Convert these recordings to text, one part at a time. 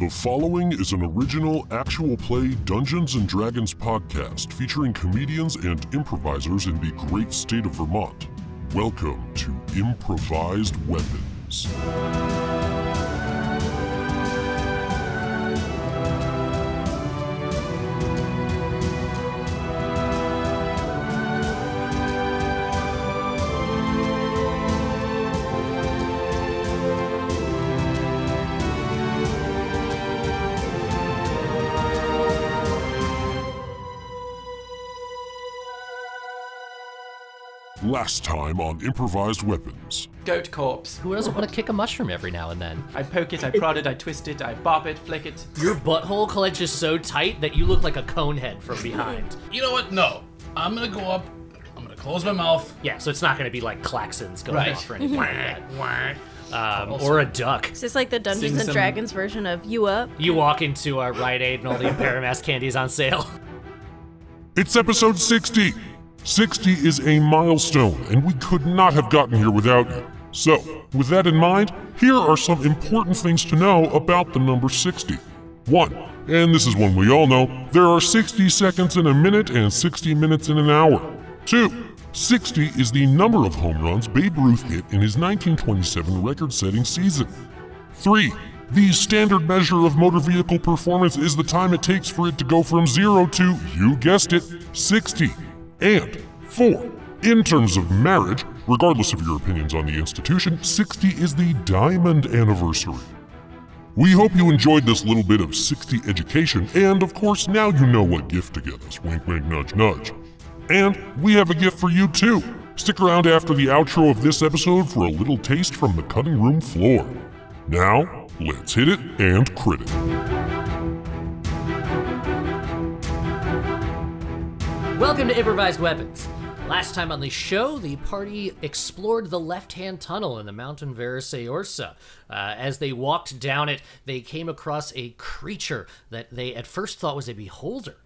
The following is an original actual play Dungeons and Dragons podcast featuring comedians and improvisers in the great state of Vermont. Welcome to Improvised Weapons. Last time on Improvised Weapons. Goat corpse. Who doesn't want to kick a mushroom every now and then? I poke it, I prod it, I twist it, I bop it, flick it. Your butthole clenches so tight that you look like a cone head from behind. You know what? No. I'm gonna go up. I'm gonna close my mouth. Yeah, so it's not going to be like klaxons going Right. off or anything like that. Um, or a duck. Is this like the Dungeons Sing and some- Dragons version of You Up? You walk into our Rite Aid and all the Impairamass candy's on sale. It's episode 60. 60 is a milestone, and we could not have gotten here without you. So, with that in mind, here are some important things to know about the number 60. 1. And this is one we all know there are 60 seconds in a minute and 60 minutes in an hour. 2. 60 is the number of home runs Babe Ruth hit in his 1927 record setting season. 3. The standard measure of motor vehicle performance is the time it takes for it to go from 0 to, you guessed it, 60. And 4. In terms of marriage, regardless of your opinions on the institution, 60 is the diamond anniversary. We hope you enjoyed this little bit of 60 education, and of course, now you know what gift to get us. Wink, wink, nudge, nudge. And we have a gift for you, too. Stick around after the outro of this episode for a little taste from the cutting room floor. Now, let's hit it and crit it. Welcome to Improvised Weapons. Last time on the show, the party explored the left hand tunnel in the mountain Veriseorsa. Uh, as they walked down it, they came across a creature that they at first thought was a beholder.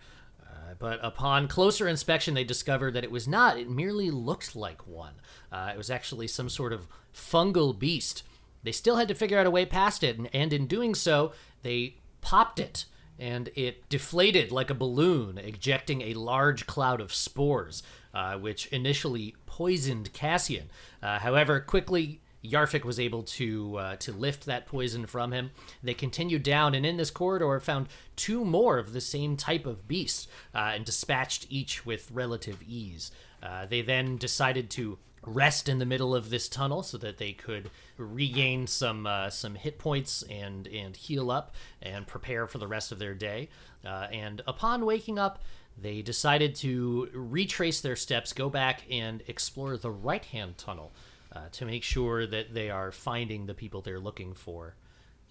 Uh, But upon closer inspection, they discovered that it was not. It merely looked like one. Uh, it was actually some sort of fungal beast. They still had to figure out a way past it, and, and in doing so, they popped it and it deflated like a balloon, ejecting a large cloud of spores, uh, which initially poisoned Cassian. Uh, however, quickly Yarfik was able to uh, to lift that poison from him. They continued down, and in this corridor found two more of the same type of beast, uh, and dispatched each with relative ease. Uh, they then decided to rest in the middle of this tunnel so that they could regain some uh, some hit points and and heal up and prepare for the rest of their day. Uh, and upon waking up, they decided to retrace their steps, go back and explore the right hand tunnel uh, to make sure that they are finding the people they're looking for.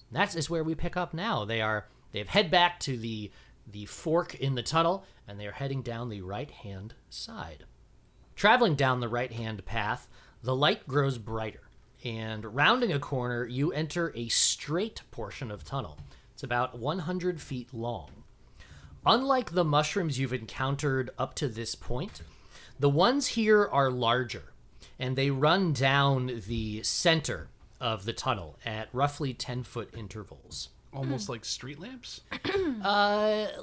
That is where we pick up now. They are they've head back to the the fork in the tunnel and they are heading down the right hand side. Traveling down the right hand path, the light grows brighter, and rounding a corner, you enter a straight portion of tunnel. It's about 100 feet long. Unlike the mushrooms you've encountered up to this point, the ones here are larger, and they run down the center of the tunnel at roughly 10 foot intervals. Uh, Almost like street lamps.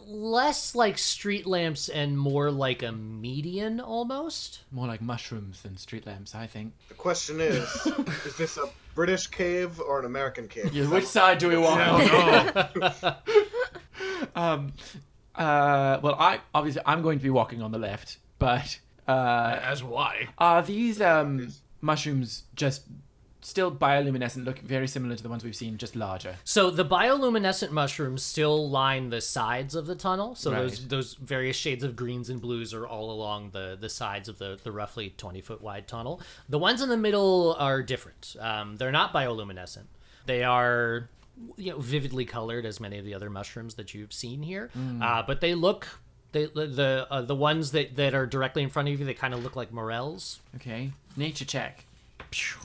Less like street lamps and more like a median almost. More like mushrooms than street lamps, I think. The question is, is this a British cave or an American cave? which side do we want? um, uh, well, I obviously I'm going to be walking on the left, but uh, As why? are these um, mushrooms just still bioluminescent, look very similar to the ones we've seen, just larger? So the bioluminescent mushrooms still line the sides of the tunnel. So those Right. those various shades of greens and blues are all along the the sides of the the roughly twenty foot wide tunnel. The ones in the middle are different. Um, they're not bioluminescent. They are you know vividly colored as many of the other mushrooms that you've seen here. Uh, but they look. They, the the, uh, the ones that, that are directly in front of you, they kind of look like morels. Okay, nature check. Phew.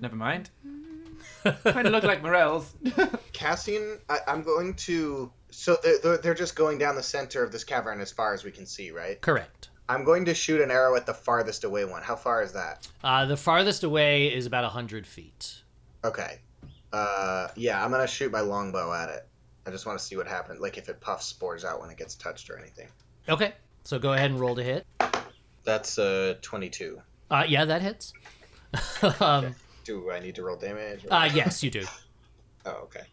Never mind. kind of look like morels. Cassian, I, I'm going to. So they're- they're, they're just going down the center of this cavern as far as we can see, right? Correct. I'm going to shoot an arrow at the farthest away one. How far is that? Uh, the farthest away is about hundred feet. Okay. Uh, yeah, I'm gonna shoot my longbow at it. I just want to see what happens, like if it puffs spores out when it gets touched or anything. Okay, so go ahead and roll to hit. That's uh, 22. Uh, yeah, that hits. um, Do I need to roll damage? or- uh, yes, you do. Oh, okay.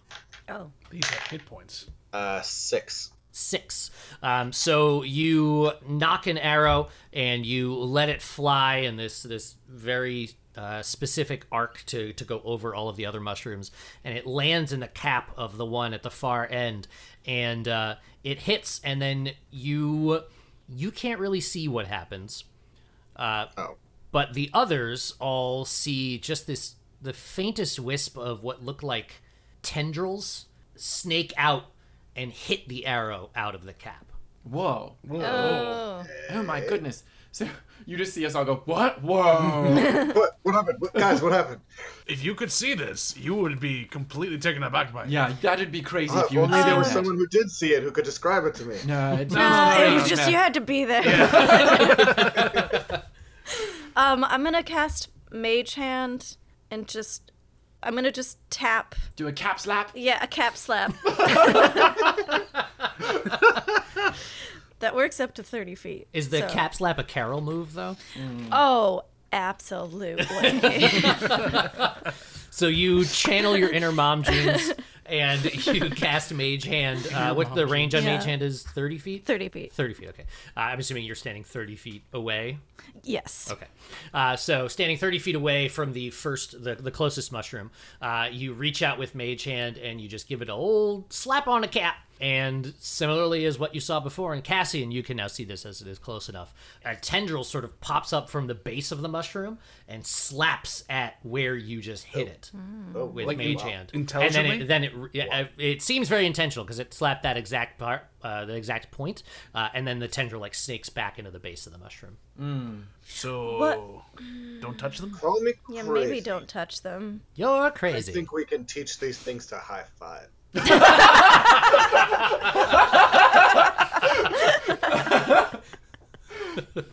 Oh. These have hit points. Uh, six. six. Um, so you knock an arrow and you let it fly in this this very uh, specific arc to to go over all of the other mushrooms, and it lands in the cap of the one at the far end, and uh, it hits, and then you you can't really see what happens Oh, but the others all see just this the faintest wisp of what look like tendrils snake out and hit the arrow out of the cap. Whoa. Oh. Oh my goodness. So you just see us all go, what? Whoa. what? What happened, what, guys? What happened? If you could see this, you would be completely taken aback by it. yeah, that'd be crazy Uh, if you only had there seen was that. someone who did see it who could describe it to me. No, it's Uh, Oh, not. it was just you had to be there. um, I'm gonna cast Mage Hand and just I'm gonna just tap. Do a cap slap. Yeah, a cap slap. that works up to thirty feet. Is the so- cap slap a carol move though? Oh, absolutely. So you channel your inner mom jeans and you cast mage hand. Uh, what the range on mage Yeah. hand is thirty feet. thirty feet. Thirty feet. Okay. Uh, I'm assuming you're standing thirty feet away. Yes. Okay. Uh, so standing 30 feet away from the first, the, the closest mushroom, uh, you reach out with Mage Hand and you just give it a old slap on a cap. And similarly as what you saw before in Cassian, you can now see this as it is close enough. A tendril sort of pops up from the base of the mushroom and slaps at where you just hit it Oh, with like, Mage Hand. intelligently? And then it, then it, yeah, uh, it seems very intentional because it slapped that exact part, uh, the exact point, uh, and then the tendril like snakes back into the base of the mushroom. So don't touch them. Call me Yeah, crazy. maybe don't touch them. You're I crazy. think we can teach these things to high five.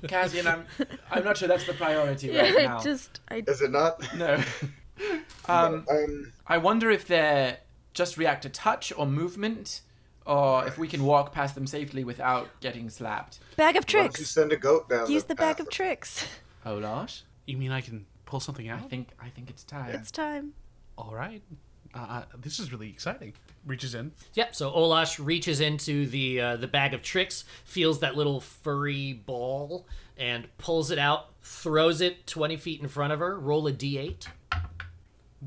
Cassian, I'm, I'm not sure that's the priority right now. just I Is it not? Mm-hmm. No. Um, I wonder if they just react to touch or movement, or if we can walk past them safely without getting slapped. bag of why don't you tricks. send a goat down? Use the bag path? of tricks. Oh, Lars? You mean I can pull something I out? think I think it's time. It's time. All right. Uh, uh, this is really exciting. Reaches in. Yep. So Olash reaches into the uh, the bag of tricks, feels that little furry ball, and pulls it out. Throws it twenty feet in front of her. Roll a d8.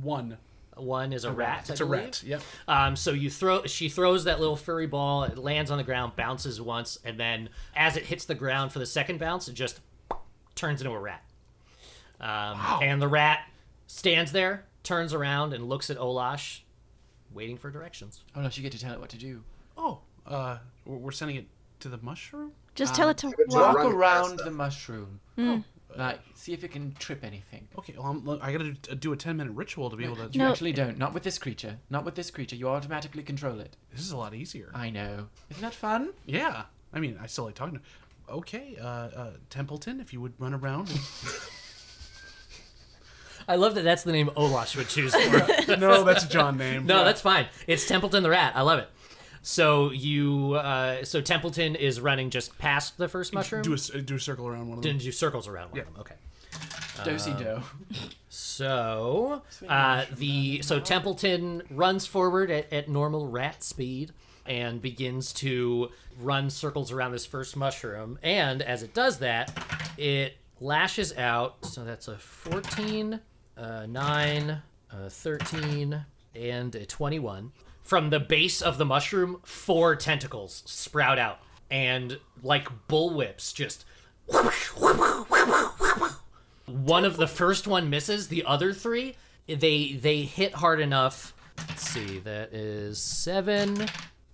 One. One is a, rat. I It's a rat. believe. Yep. Um, so you throw. She throws that little furry ball. It lands on the ground, bounces once, and then as it hits the ground for the second bounce, it just turns into a rat. Um, And the rat stands there, turns around, and looks at Olash, waiting for directions. Oh, Lars, you get to tell it what to do. Oh, uh, we're we're sending it to the mushroom. Just tell it to Give it to a Walk run past around them. the mushroom. Hmm. Like, see if it can trip anything. Okay. Well, I'm, look, I gotta do, do a ten minute ritual to be able to. You No. actually don't. Not with this creature. Not with this creature. You automatically control it. This is a lot easier. I know. Isn't that fun? yeah. I mean, I still like talking to. Okay, uh, uh, Templeton, if you would run around. and- I love that. That's the name Olash would choose for. no, that's a John name. No, that's fine. It's Templeton the Rat. I love it. So you, uh, so Templeton is running just past the first mushroom. do a c- do a circle around one of them. Didn't do circles around one of them. Okay. Do si do. So uh, the so Templeton runs forward at, at normal rat speed and begins to run circles around this first mushroom. And as it does that, it lashes out. So that's a 14, uh, 9, uh, 13, and a 21. From the base of the mushroom, four tentacles sprout out and like bullwhips just one of the first one misses the other three they they hit hard enough let's see that is seven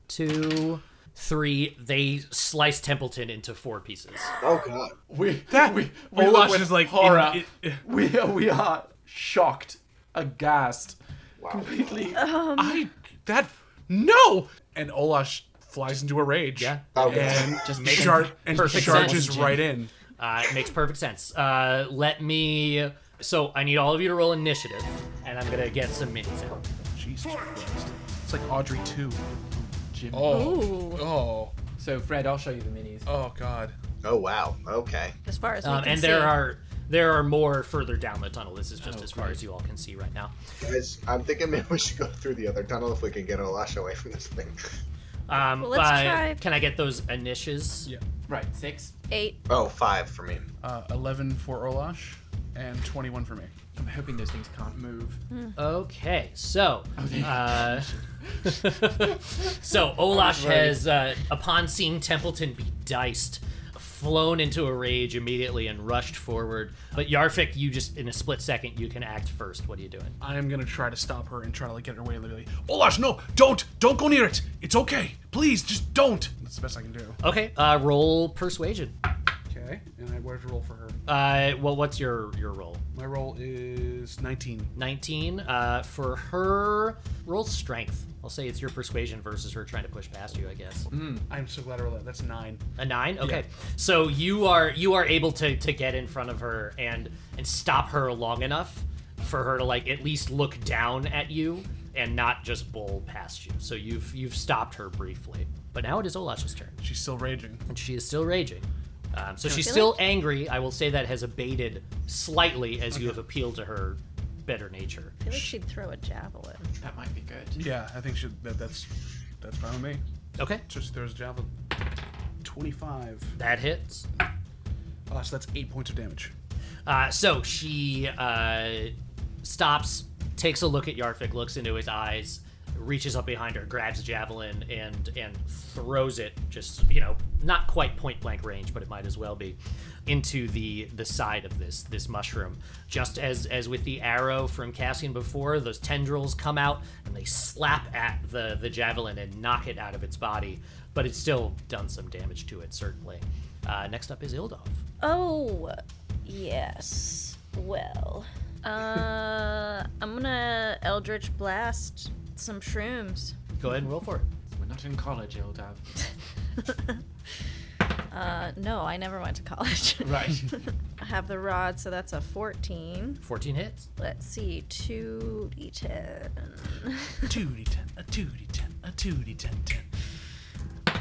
two three they slice templeton into four pieces Oh god. We we we Olash look with is like horror. in- in- we we are shocked, aghast, completely. I that no. And Olash flies into a rage. Yeah. Oh, And just Just make char- and perfect charges sense. right in. uh, it makes perfect sense uh, let me so i need all of you to roll initiative and i'm gonna get some minis out Jesus Christ. It's like Audrey 2. Jimmy. Oh. Ooh. Oh. So Fred, I'll show you the minis. Oh God. Oh wow. Okay. As far as we Um, can and see. there are there are more further down the tunnel. This is just as far as you all can see right now. Guys, I'm thinking maybe we should go through the other tunnel if we can get Olash away from this thing. Um, Well, let's uh, try- Can I get those initials? Yeah. Right, six. eight. Oh, five for me. Uh, 11 for Olash and 21 for me. I'm hoping those things can't move. Okay, so uh, so Olash has, uh, upon seeing Templeton be diced, flown into a rage immediately and rushed forward. But Yarfik, you just in a split second, you can act first. What are you doing? I am gonna try to stop her and try to like get her away. Literally, Olash, no, don't, don't go near it. It's okay. Please, just don't. That's the best I can do. Okay, uh, roll persuasion. Okay, and I where's to roll for her? Uh, well, what's your your roll? My roll is 19. 19 uh, for her roll strength i'll say it's your persuasion versus her trying to push past you i guess I'm so glad I rolled that. That's nine. a nine okay so you are you are able to to get in front of her and and stop her long enough for her to like at least look down at you and not just bowl past you so you've you've stopped her briefly but now it is olash's turn She's still raging. and she is still raging um, so she's still angry i will say that has abated slightly as you have appealed to her better nature I feel like she'd throw a javelin. That might be good. Yeah, I think she, that, that's that's fine with me. okay Just there's javelin. 25. that hits Olash, that's eight points of damage. Uh, so she uh, stops, takes a look at Yarfik, looks into his eyes, reaches up behind her, grabs a javelin, and and throws it. Just you know, not quite point blank range, but it might as well be into the the side of this this mushroom. Just as as with the arrow from Cassian before, those tendrils come out and they slap at the the javelin and knock it out of its body. But it's still done some damage to it, certainly. Uh, next up is Ildov. Oh, yes. Well, uh, I'm gonna Eldritch Blast some shrooms. Go ahead and roll for it. We're not in college, Ildav. Uh, no, I never went to college. Right. I have the rod, so that's a 14. 14 hits. Let's see, 2d10. A 2d10, a 2d10, a 2d10, 10.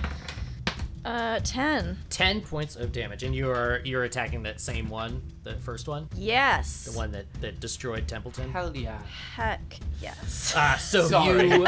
Uh, 10. 10 points of damage and you are you're attacking that same one the first one Yes. the one that that destroyed templeton Hell yeah. Heck yes. uh, so Sorry. you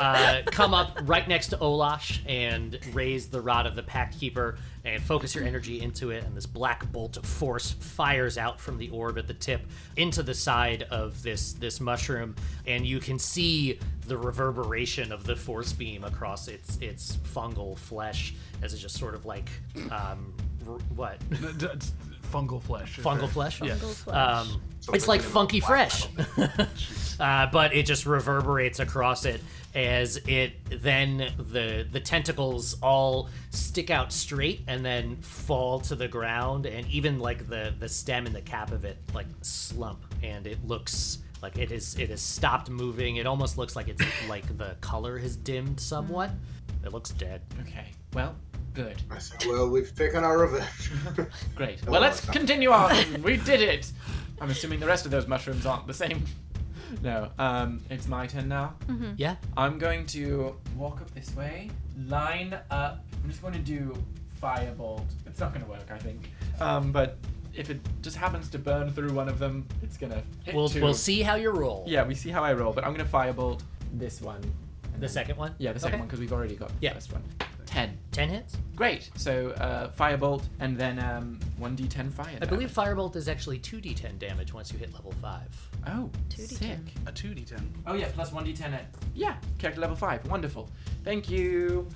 uh, come up right next to olash and raise the rod of the pact keeper and focus your energy into it and this black bolt of force fires out from the orb at the tip into the side of this this mushroom and you can see the reverberation of the force beam across its its fungal flesh as it just sort of like um r- what D- d- it's fungal flesh. fungal flesh yeah Fungal flesh. um, it's like funky fresh uh, but it just reverberates across it as it then the the tentacles all stick out straight and then fall to the ground and even like the the stem and the cap of it like slump and it looks like it is it has stopped moving it almost looks like it's like the color has dimmed somewhat Mm. it looks dead Okay. Well, good. I said, well, we've taken our revenge. Great. Well, let's continue on. We did it. I'm assuming the rest of those mushrooms aren't the same. No. Um, it's my turn now. Hmm. yeah I'm going to walk up this way, line up. I'm just going to do firebolt. It's not going to work, I think. Um, but if it just happens to burn through one of them, it's going to hit we'll two. we'll see how you roll Yeah, we see how I roll, but I'm going to firebolt this one. And the then- second one Yeah, the second Okay. one because we've already got the Yeah. first one. Ten. 10 hits Great. So uh, firebolt and then um, one d10 fire. I damage. believe Firebolt is actually 2d10 damage once you hit level 5. Oh, 2d10. sick. A 2d10. Oh yeah, plus one d10 at yeah character level five. Wonderful. Thank you.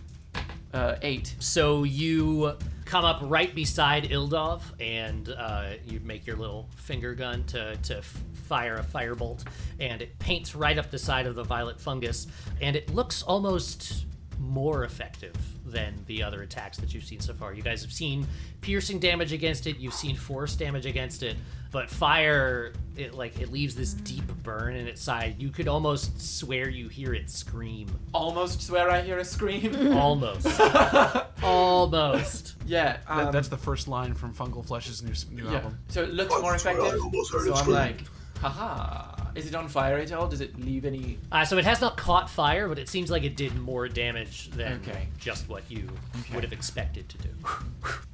Uh, eight. So you come up right beside Ildov and uh, you make your little finger gun to, to f- fire a firebolt, and it paints right up the side of the violet fungus, and it looks almost more effective than the other attacks that you've seen so far. You guys have seen piercing damage against it, you've seen force damage against it, but fire it like it leaves this deep burn in its side. You could almost swear you hear it scream. Almost swear I hear a scream. Almost. Almost. yeah. Um, That, that's the first line from Fungal Flesh's new, new um, yeah. album. So it looks more Almost swear I effective. almost heard a So I'm scream. like, haha. Is it on fire at all? Does it leave any? Uh, so it has not caught fire, but it seems like it did more damage than Okay. just what you would have expected to do.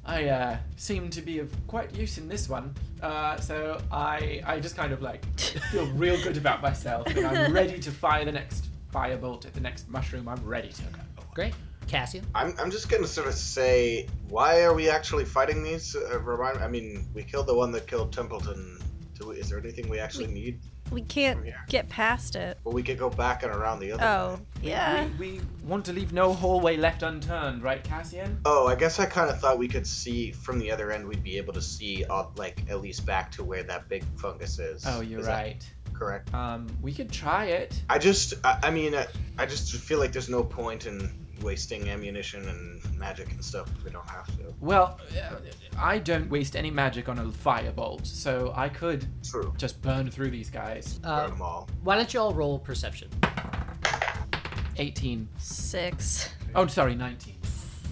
I uh, seem to be of quite use in this one. Uh, so I, I just kind of like feel real good about myself, and I'm ready to fire the next firebolt at the next mushroom. I'm ready to go. Great. Cassian? I'm, I'm just gonna sort of say, why are we actually fighting these? Uh, remind, I mean, we killed the one that killed Templeton. Do we, is there anything we actually need? We can't here. get past it. Well, we could go back and around the other. Oh, way. yeah. We, we want to leave no hallway left unturned, right, Cassian? Oh, I guess I kind of thought we could see from the other end. We'd be able to see, uh, like, at least back to where that big fungus is. Oh, you're Is that right. correct. Um, we could try it. I just, I, I mean, I, I just feel like there's no point in wasting ammunition and magic and stuff if we don't have to. Well, uh, I don't waste any magic on a firebolt, so I could True. just burn through these guys. Burn Uh, 'em all. why don't you all roll perception? 18. Six. Oh, sorry, 19.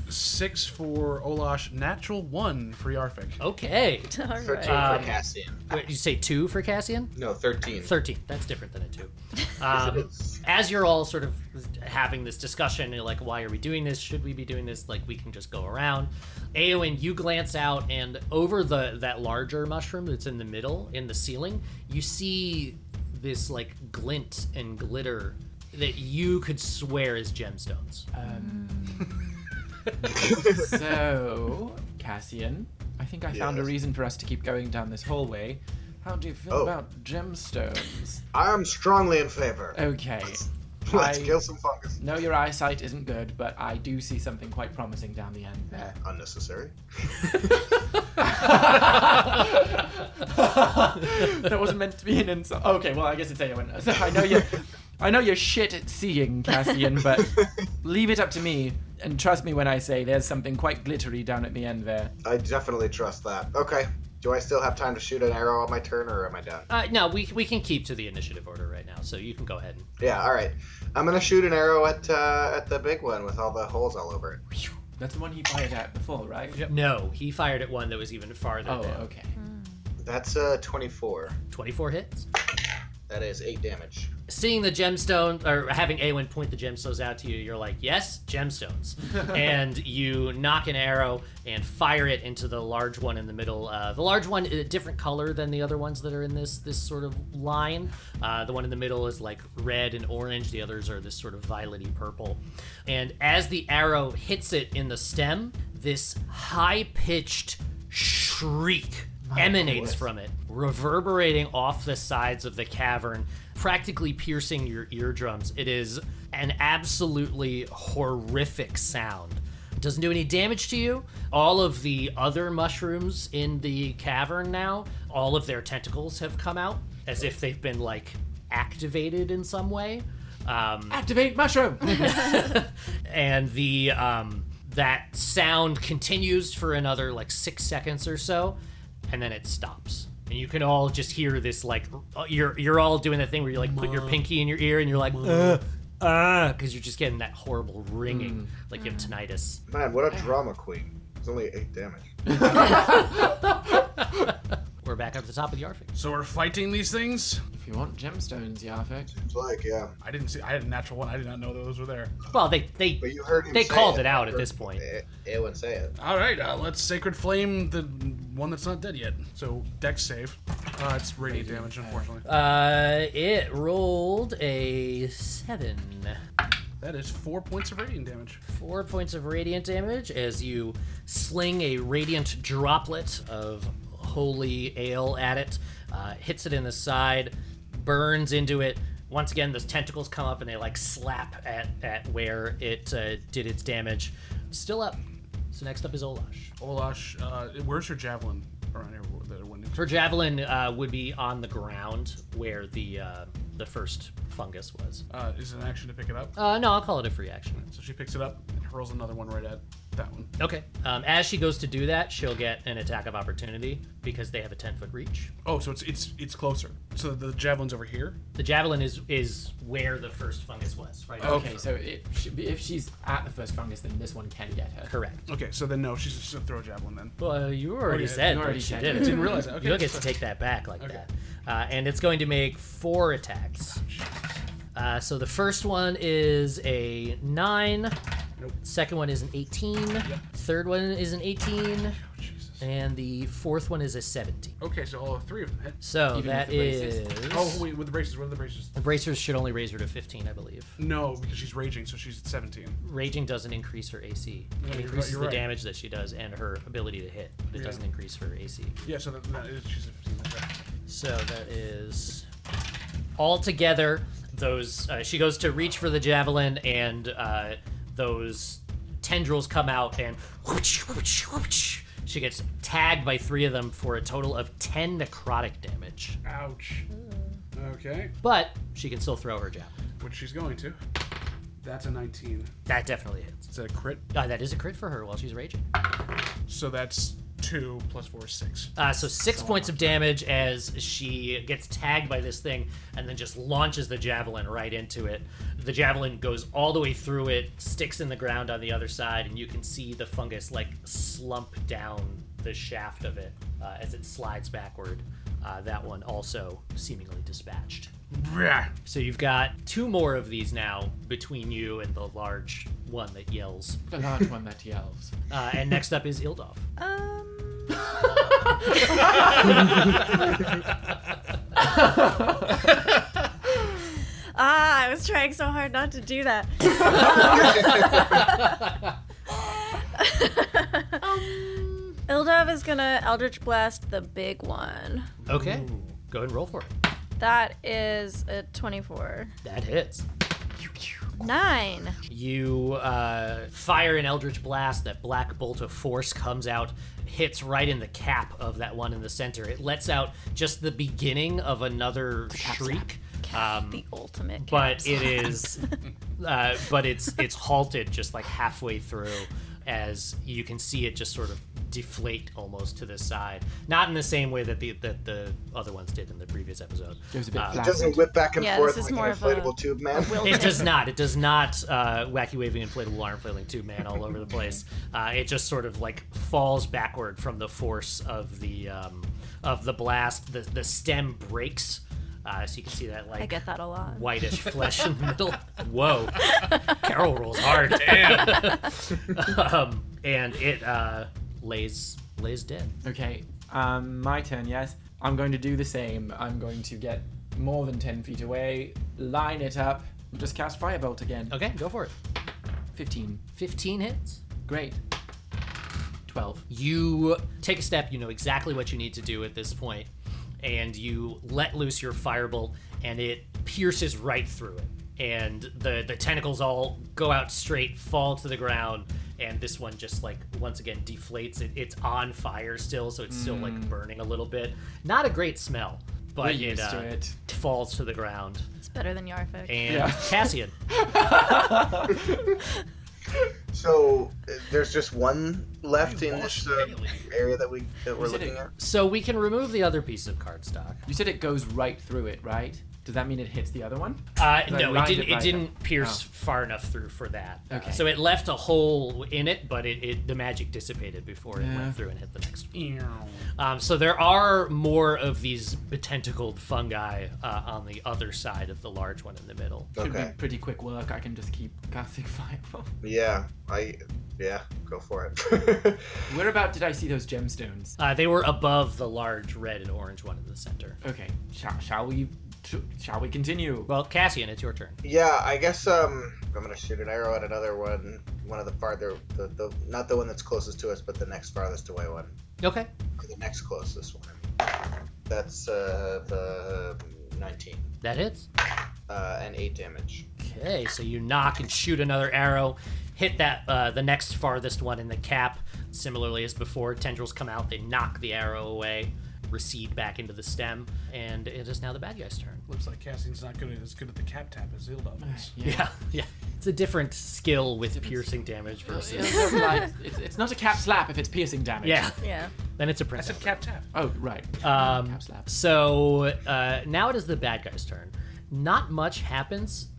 Six for Olash, natural one for Yarfik. Okay. All right. Thirteen Um, for Cassian. Wait, you say two for Cassian? No, thirteen. 13. That's different than a two. Um, as you're all sort of having this discussion, you're like, why are we doing this? Should we be doing this? Like, we can just go around. Aowen, you glance out, and over the that larger mushroom that's in the middle, in the ceiling, you see this, like, glint and glitter that you could swear is gemstones. Uh, So, Cassian, I think I found a Yes. reason for us to keep going down this hallway. How do you feel Oh. about gemstones? I'm strongly in favor. Okay. Let's I- kill some fungus. No, your eyesight isn't good, but I do see something quite promising down the end there. Unnecessary. that wasn't meant to be an insult. Okay, well, I guess it's anyone. So I know you. I know you're shit at seeing, Cassian, but leave it up to me. And trust me when I say there's something quite glittery down at the end there. I definitely trust that. Okay. Do I still have time to shoot an arrow on my turn, or am I done? Uh, no, we, we can keep to the initiative order right now, so you can go ahead and Yeah. All right. I'm gonna shoot an arrow at uh, at the big one with all the holes all over it. That's the one he fired at before, right? No, he fired at one that was even farther Oh, down. okay. That's uh 24. 24 hits. That is eight damage. Seeing the gemstone, or having Awen point the gemstones out to you, you're like, yes, gemstones. and you knock an arrow and fire it into the large one in the middle. Uh, the large one, a different color than the other ones that are in this this sort of line. Uh, the one in the middle is like red and orange. The others are this sort of violety purple. And as the arrow hits it in the stem, this high pitched shriek emanates from it, reverberating off the sides of the cavern, practically piercing your eardrums. It is an absolutely horrific sound. It Doesn't do any damage to you. All of the other mushrooms in the cavern now, all of their tentacles have come out as if they've been like activated in some way. Um, Activate mushroom. and the um, that sound continues for another like six seconds or so, and then it stops. And you can all just hear this like r- you're you're all doing that thing where you like put your pinky in your ear and you're like uh ah because you're just getting that horrible ringing like you have tinnitus. Man, what a drama queen. It's only eight damage. We're back up to the top of the Arfix. So we're fighting these things. if you want gemstones, Yarfik. It's like, yeah. I didn't see. I had a natural one. I did not know those were there. Well, they they But you heard him they say called it. it out at this point. It, it would say it. All right, uh, let's sacred flame the one that's not dead yet. So deck save. Uh, it's radiant damage, unfortunately. Uh, it rolled a seven. that is four points of radiant damage. Four points of radiant damage as you sling a radiant droplet of holy ale at it. Uh, hits it in the side, burns into it. Once again, those tentacles come up and they like slap at, at where it uh, did its damage. Still up. So next up is Olash. Olash, uh, where's your javelin around here? That it went into? Her javelin uh, would be on the ground where the uh, the first fungus was. Uh, is it an action to pick it up? Uh, no, I'll call it a free action. So she picks it up and hurls another one right at that one. Okay. Um, as she goes to do that, she'll get an attack of opportunity because they have a 10 foot reach. Oh, so it's it's it's closer. So the javelin's over here. The javelin is is where the first fungus was, right? Okay, so it should be, if she's at the first fungus, then this one can get her. Correct. Okay, so then no, she's just gonna throw a javelin then. Well, you already yeah, said you that already she said did it. it. Didn't realize that. You Okay, don't get to so- take that back like that. uh, and it's going to make four attacks. Uh, so the first one is a nine. Second one is an 18. Third one is an 18. Oh, Jesus. And the fourth one is a 17. Okay, so all three of them hit. So Even that with the braces? is. Oh, wait, with the braces, with the braces. The bracers should only raise her to 15, I believe. No, because she's raging, so she's at 17. Raging doesn't increase her AC. you're It right- increases you're the right. damage that she does and her ability to hit, but it Yeah. doesn't increase her AC. Yeah, so that, that is, she's at 15. That's right. So that is all together. Those uh, she goes to reach for the javelin, and uh, those tendrils come out, and whoosh, whoosh, whoosh. she gets tagged by three of them for a total of ten necrotic damage. Ouch. Mm-hmm. Okay, But she can still throw her javelin. which she's going to. That's a 19. That definitely hits. It's a crit. Uh, that is a crit for her while she's raging. So that's 2 plus 4 is 6. Uh, so six points of damage as she gets tagged by this thing and then just launches the javelin right into it. The javelin goes all the way through it, sticks in the ground on the other side, and you can see the fungus like slump down the shaft of it uh, as it slides backward. Uh, that one also seemingly dispatched. Brah. So you've got two more of these now between you and the large one that yells. The large one that yells. Uh, and next up is Ildov. Um, ah, I was trying so hard not to do that. um, Ildav is gonna Eldritch Blast the big one. Okay, go ahead and roll for it. That is a 24. That hits. Nine. You uh, fire an eldritch blast. That black bolt of force comes out, hits right in the cap of that one in the center. It lets out just the beginning of another shriek, um, the ultimate. but it is, uh, but it's it's halted just like halfway through, as you can see it just sort of deflate almost to the side. Not in the same way that the that the other ones did in the previous episode. Goes a bit It flat. doesn't whip back and Yeah, forth this is like more an of a- inflatable tube man. It does not. It does not uh, wacky waving inflatable arm flailing tube man all over the place. Uh, it just sort of like falls backward from the force of the um, of the blast. The the stem breaks, uh, so you can see that like I get that a lot. whitish flesh in the middle. Whoa, Carol rolls hard. um, and it uh, lays lays dead. Okay, um, my turn, yes. I'm going to do the same. I'm going to get more than 10 feet away, line it up, and just cast Firebolt again. Okay, go for it. 15. Fifteen hits. Great. 12. You take a step, you know exactly what you need to do at this point, and you let loose your firebolt, and it pierces right through it. And the, the tentacles all go out straight, fall to the ground, and this one just like once again deflates. It, it's on fire still, so it's still like burning a little bit. Not a great smell, Mm. We're but it, used uh, to it. falls to the ground. It's better than Yarfik. And Yeah. Cassian, So uh, there's just one left You in lost this uh, daily. area that we that we're Is it looking a- at. so we can remove the other piece of cardstock. You said it goes right through it, right? Does that mean it hits the other one? Uh, I no, it lined didn't. it It right didn't up. pierce far enough through for that. Okay. So it left a hole in it, but it, it the magic dissipated before it went through and hit the next one. Um, so there are more of these tentacled fungi uh, on the other side of the large one in the middle. Should Okay. be pretty quick work. I can just keep casting Firebolt. Yeah, I yeah, go for it. Where about did I see those gemstones? Uh, they were above the large red and orange one in the center. Okay, shall, shall we sh- shall we continue? Well, Cassian, it's your turn. yeah, I guess um I'm gonna shoot an arrow at another one, one of the farther the, the not the one that's closest to us, but the next farthest away one, Okay. or the next closest one. That's uh the 19 That hits. uh, and eight damage. Okay, so you knock and shoot another arrow, hit that uh, the next farthest one in the cap. Similarly as before, tendrils come out, they knock the arrow away, recede back into the stem, and it is now the bad guy's turn. Looks like Cassian's not good at, as good at the cap tap as Ilda is. Yeah, yeah. It's a different skill with piercing damage It's, versus. sort of like- it's, it's not a cap slap if it's piercing damage. Yeah, Yeah. then it's a I press. said cap tap. Oh right. Um, cap slap. So uh, now it is the bad guy's turn. Not much happens,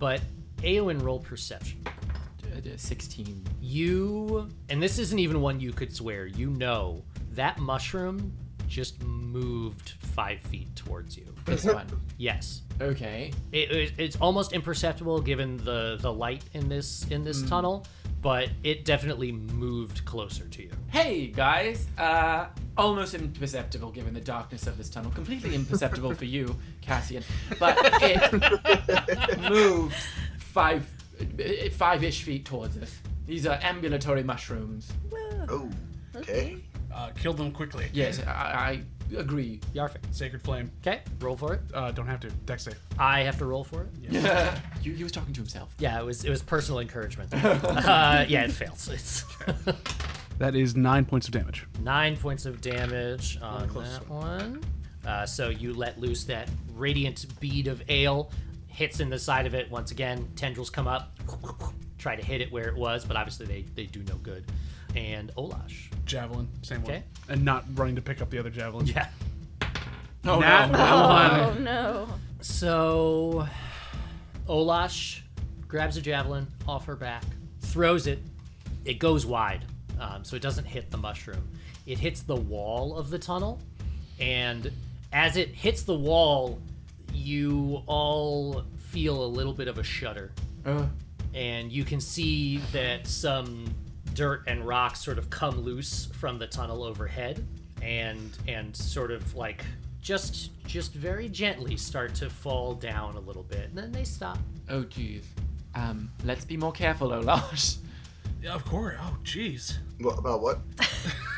but Aowen roll perception. Uh, Sixteen. You, and this isn't even one you could swear, you know that mushroom just moved five feet towards you. This one. Yes. Okay. It, it, it's almost imperceptible given the, the light in this in this tunnel, but it definitely moved closer to you. Hey guys, uh, almost imperceptible given the darkness of this tunnel. Completely imperceptible for you, Cassian, but it Oh, moved five, eh, five-ish feet towards us. These are ambulatory mushrooms. Oh, okay. Uh, kill them quickly. Yes, I, I agree. Yarfik. Sacred flame. Okay, roll for it. Uh, don't have to. Dex save. I have to roll for it. You, he was talking to himself. Yeah, it was it was personal encouragement. uh, yeah, it fails. It's That is nine points of damage. nine points of damage on that one. Uh, so you let loose that radiant bead of ale, hits in the side of it once again. Tendrils come up, try to hit it where it was, but obviously they they do no good. And Olash, Javelin, same one. Okay. And not running to pick up the other javelin. yeah. Oh, Nat one. Oh no. So Olash grabs a javelin off her back, throws it. It goes wide, um, so it doesn't hit the mushroom. It hits the wall of the tunnel, and as it hits the wall, you all feel a little bit of a shudder Uh, and you can see that some dirt and rocks sort of come loose from the tunnel overhead and and sort of like just just very gently start to fall down a little bit and then they stop oh, jeez. Um, let's be more careful, Olash. Yeah, of course. Oh, jeez. What about what?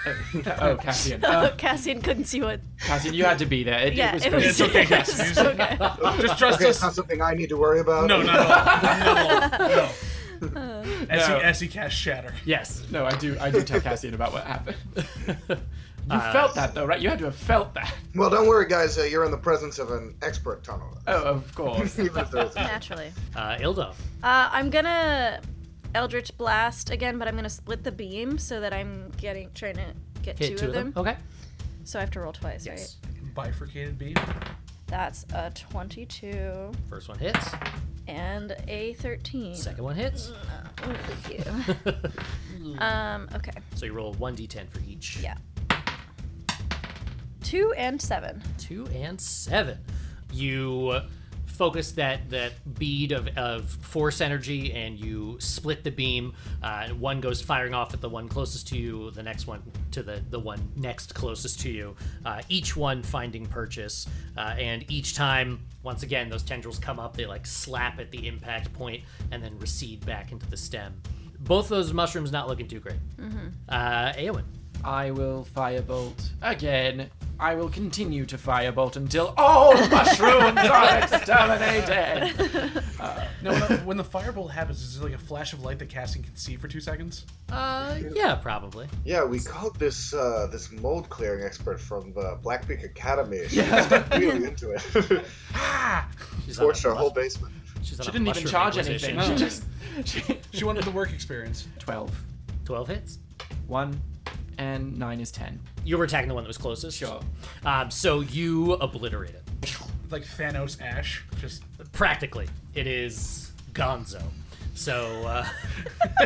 oh, Cassian. Uh, Look, Cassian couldn't see what. Cassian, you had to be there. It, it Yeah, was it crazy. was. okay, it was Cassian. okay. Just trust Okay, it's us. not something I need to worry about. No, not at all. No. No. Essie, No. Essie cast shatter. yes No, I do. I do tell Cassian about what happened. you felt that though, right? You had to have felt that. Well, don't worry, guys. Uh, you're in the presence of an expert tunneler. Oh, of course. Even if there is a- Naturally. uh ildo Uh, I'm gonna Eldritch Blast again, but I'm gonna split the beam so that I'm getting trying to get hit two, of them. okay So I have to roll twice, Yes. right? Bifurcated beam. That's a 22 first one hits and a 13. second one hits Ooh, thank you. um, okay. so you roll 1d10 for each Yeah. Two and seven. two and seven. You focus that that bead of, of force energy, and you split the beam. Uh, and one goes firing off at the one closest to you, the next one to the the one next closest to you. Uh, each one finding purchase, uh, and each time, once again, those tendrils come up. They like slap at the impact point, and then recede back into the stem. Both those mushrooms not looking too great. Uh, Eowyn. I will firebolt again. I will continue to firebolt until all mushrooms are exterminated. No, when the, when the fireball happens, is there like a flash of light that Cassie can see for two seconds? Uh, yeah, probably. Yeah, we called this uh, this mold clearing expert from the Blackbeak Academy. She got really into it. She's on a Torched our whole mushroom- basement. she's on She a didn't even mushroom charge inquisition. anything. She just she, She wanted the work experience. twelve. 12 hits. One and nine is ten. You were attacking the one that was closest. Sure. Um, so you obliterate it. Like Thanos Ash. Just Practically, it is gonzo. So, uh,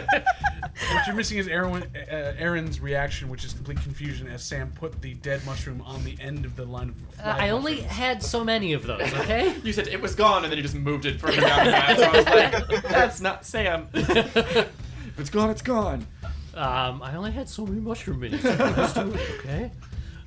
what you're missing is Aaron, uh, Aaron's reaction, which is complete confusion as Sam put the dead mushroom on the end of the line of. Uh, I only had so many of those, okay? You said it was gone, and then you just moved it further down the map. So I was like, "That's not Sam." if it's gone, it's gone. Um, I only had so many mushroom minis. I was doing it, okay?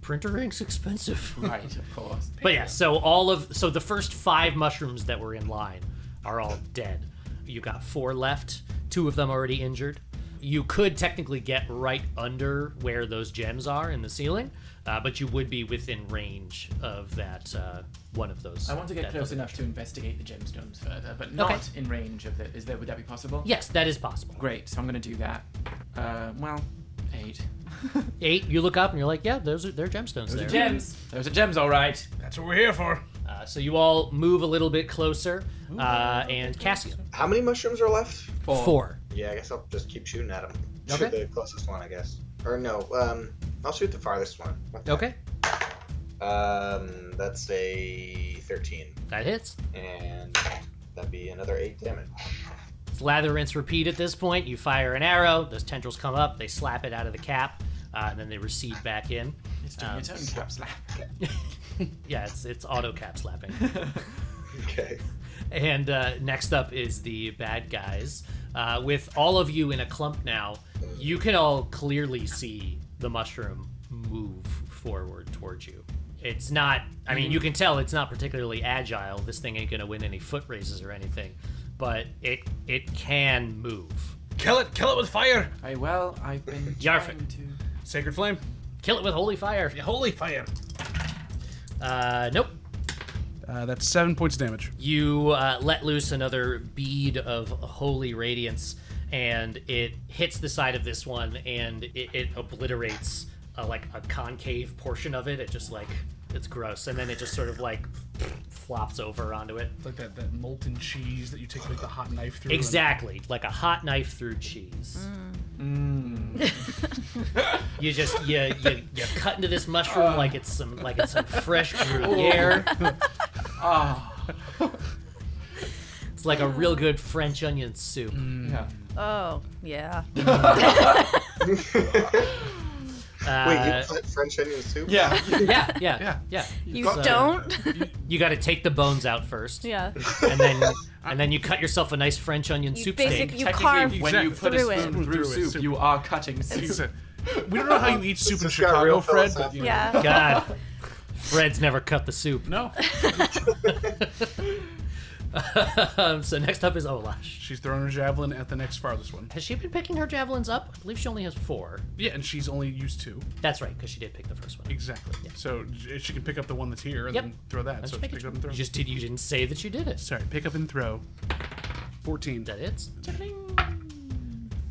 Printer ink's expensive. Right, of course. But yeah, so all of so the first five mushrooms that were in line are all dead. You got four left. Two of them already injured. You could technically get right under where those gems are in the ceiling, uh, but you would be within range of that uh, one of those. I want to get that- close enough to investigate the gemstones further, but not Okay. in range of the. Is there? Would that be possible? Yes, that is possible. Great. So I'm gonna do that. Uh, well, eight. Eight. You look up and you're like, yeah, those are they're gemstones there. Gems. Those are gems, all right. That's what we're here for. uh, so you all move a little bit closer, uh, and Cassian How many mushrooms are left? Four. four. Yeah, I guess I'll just keep shooting at him. Shoot Okay. the closest one, I guess. Or no, um, I'll shoot the farthest one. What the Okay, heck? Um, that's a 13, that hits. and that'd be another 8 damage. It's lather, rinse, repeat at this point. You fire an arrow, those tendrils come up, they slap it out of the cap, uh, and then they recede back in. It's doing its own cap slap. Yeah, it's it's auto cap slapping. Okay. And uh, next up is the bad guys. Uh, with all of you in a clump now, you can all clearly see the mushroom move forward towards you. It's not, I mean, you can tell it's not particularly agile. This thing ain't gonna win any foot races or anything, but it it can move. Kill it! Kill it with fire! I well, I've been Yarfin. trying to. Sacred flame. Kill it with holy fire. Holy fire! Uh, nope. Uh, that's seven points of damage. You uh, let loose another bead of holy radiance, and it hits the side of this one, and it, it obliterates uh like a concave portion of it. It just like it's gross, and then it just sort of like flops over onto it. It's like that, that molten cheese that you take like the hot knife through. and- Exactly, like a hot knife through cheese. Mm. you just you, you you cut into this mushroom like it's some like it's some fresh gruyere. Ah, It's like a real good French onion soup. Mm. yeah. Oh, yeah. Wait, you Uh, put French onion soup? Yeah. yeah, yeah, yeah, Yeah. You So- don't? You got to take the bones out first, yeah. and then and then you cut yourself a nice French onion You soup basically steak. you Technically, carve when you put a through it. spoon through, Through it, soup, soup. you are cutting It's soup. a- we don't know how you eat soup in just got real Chicago, Fred, but you know. Yeah. God, Fred's never cut the soup. No. Um, so next up is Olash. She's throwing her javelin at the next farthest one. Has she been picking her javelins up? I believe she only has four. Yeah, and she's only used two. That's right, because she did pick the first one. Exactly. So j- she can pick up the one that's here and Yep. then throw that. Let's so make pick it- it up and throw. You just did. You didn't say that you did it. Sorry, pick up and throw. 14. That it's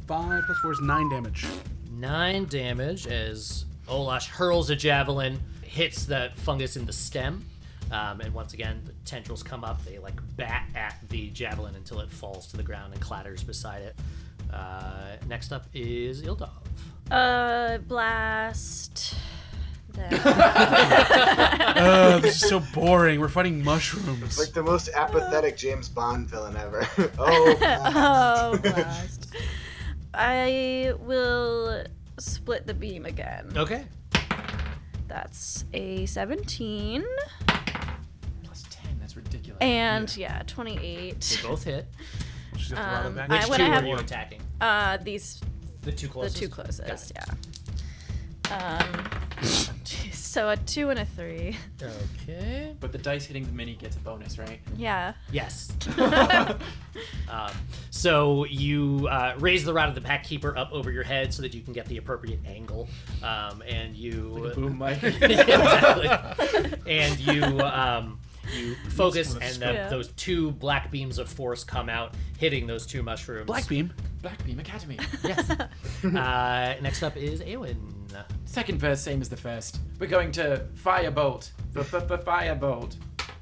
5 plus 4 is 9 damage. nine damage as Olash hurls a javelin, hits the fungus in the stem, um, and once again the tendrils come up. They like bat at the javelin until it falls to the ground and clatters beside it. Uh, next up is Ildov. Uh, blast. Then. Oh, this is so boring. We're fighting mushrooms. Like the most apathetic James Bond villain ever. oh, God. Oh, blast. I will split the beam again. Okay. That's a 17 Plus ten. That's ridiculous. and yeah, 28. They both hit. She's got to throw out of Um, back. I would two have- are you attacking? Uh, these The two the closest. two Got closest, it. yeah. Um, geez, so a two and a three. Okay. But the dice hitting the mini gets a bonus, right? Yeah. Yes. um, so you uh, raise the rod of the pack keeper up over your head so that you can get the appropriate angle, um, and you Boom, Mike. exactly. and you um, you focus, and the, Yeah. those two black beams of force come out, hitting those two mushrooms. Black beam. Blackbeam Academy. Yes. uh, next up is Eowyn. Second verse, same as the first. We're going to Firebolt. Firebolt.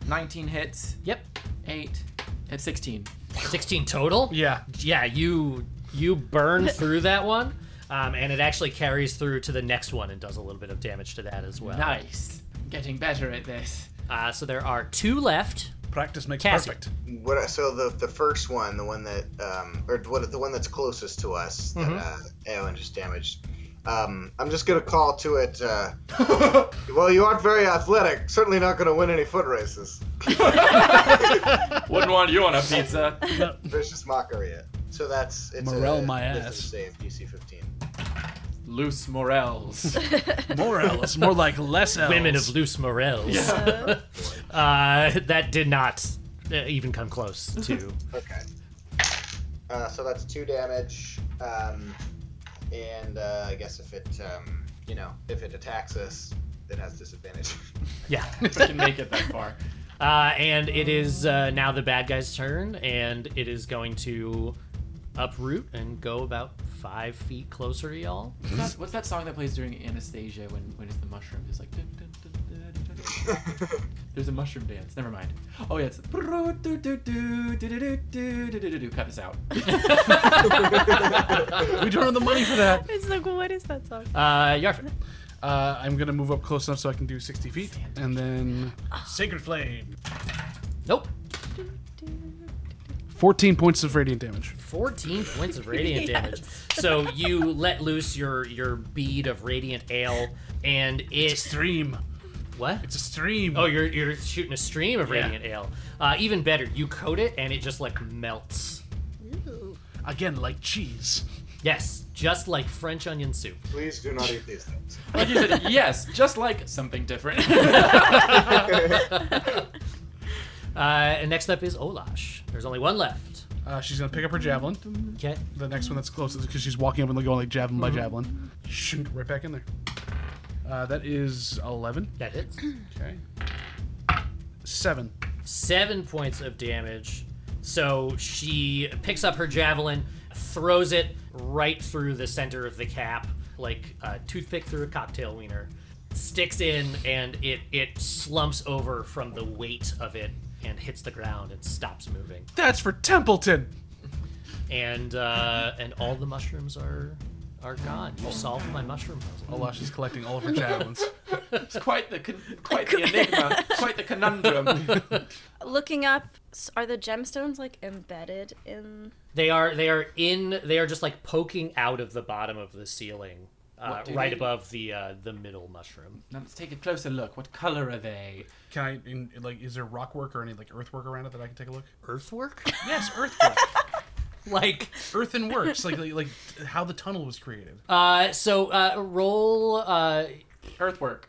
19 hits, Yep. 8, and 16. Sixteen total. Yeah. Yeah. You you burn through that one. Um, and it actually carries through to the next one and does a little bit of damage to that as well. Nice. Getting better at this. Uh, so there are two left. Practice makes Cassie. perfect. What, so the the first one, the one that, um, or what, the one that's closest to us that Mm-hmm. uh, Aelin just damaged. Um, I'm just gonna call to it. Uh, well, you aren't very athletic. Certainly not gonna win any foot races. Wouldn't want you on a pizza. Vicious mockery. It. So that's it's Morel a, my it's a ass. Save DC 15. Loose Morels. More L's. More like less L's. Women of loose morels. uh, that did not uh, even come close to Okay. Uh, so that's two damage, um, and uh, I guess if it, um, you know, if it attacks us, it has disadvantage. Yeah. if I can make it that far. Uh, and it is uh, now the bad guy's turn, and it is going to uproot and go about five feet closer to y'all. What's that, what's that song that plays during Anastasia when, when it's the mushroom? It's like. dun, dun, dun, dun, dun, dun. There's a mushroom dance. Never mind. Oh, yeah, it's. Cut this out. We don't have the money for that. It's like, what is that song? Uh, Yarfin. Uh, I'm gonna move up close enough so I can do 60 feet, and then sacred flame. Nope. 14 points of radiant damage. 14 points of radiant Yes. damage. So you let loose your your bead of radiant ale and it It's a stream. what? It's a stream. Oh, you're you're shooting a stream of Yeah. radiant ale. Uh, even better, you coat it and it just like melts. again like cheese. Yes, just like French onion soup. Please do not eat these things. Like you said, yes, just like something different. Uh, and next up is Olash. There's only one left. Uh, she's gonna pick up her javelin. Okay. The next one that's closest because she's walking up and going like javelin by javelin. Shoot right back in there. Uh, that is eleven. That hits. Okay. Seven. Seven points of damage. So she picks up her javelin, throws it right through the center of the cap, like a toothpick through a cocktail wiener. Sticks in, and it it slumps over from the weight of it and hits the ground and stops moving. That's for Templeton. And uh, and all the mushrooms are are gone. You solved my mushroom puzzle. Oh, she's collecting all of her javelins. it's quite the con- quite the enigma, quite the conundrum. Looking up, s- are the gemstones like embedded in? They are they are in they are just like poking out of the bottom of the ceiling, uh, What do right they- above the uh, the middle mushroom. Now let's take a closer look. What color are they? Can I? In, like, is there rock work or any like earthwork around it that I can take a look? Earthwork? Yes, earthwork, like earthen works, like, like like how the tunnel was created. uh, so uh, roll uh, Earthwork.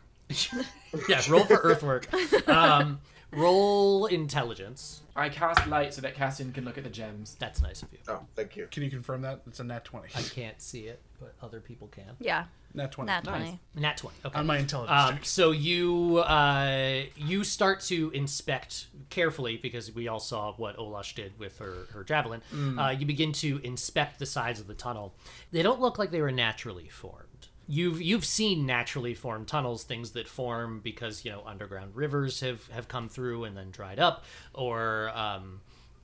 yeah roll for earthwork. Um, roll intelligence. I cast light so that Cassian can look at the gems. That's nice of you. Oh, thank you. Can you confirm that? It's a nat twenty. I can't see it, but other people can. Yeah, Nat twenty. not funny. Nat twenty. Okay. On my intelligence. Um, check. so you uh, you start to inspect carefully because we all saw what Olash did with her her javelin. Uh, you begin to inspect the sides of the tunnel. They don't look like they were naturally formed. You've you've seen naturally formed tunnels, things that form because you know underground rivers have have come through and then dried up, or um,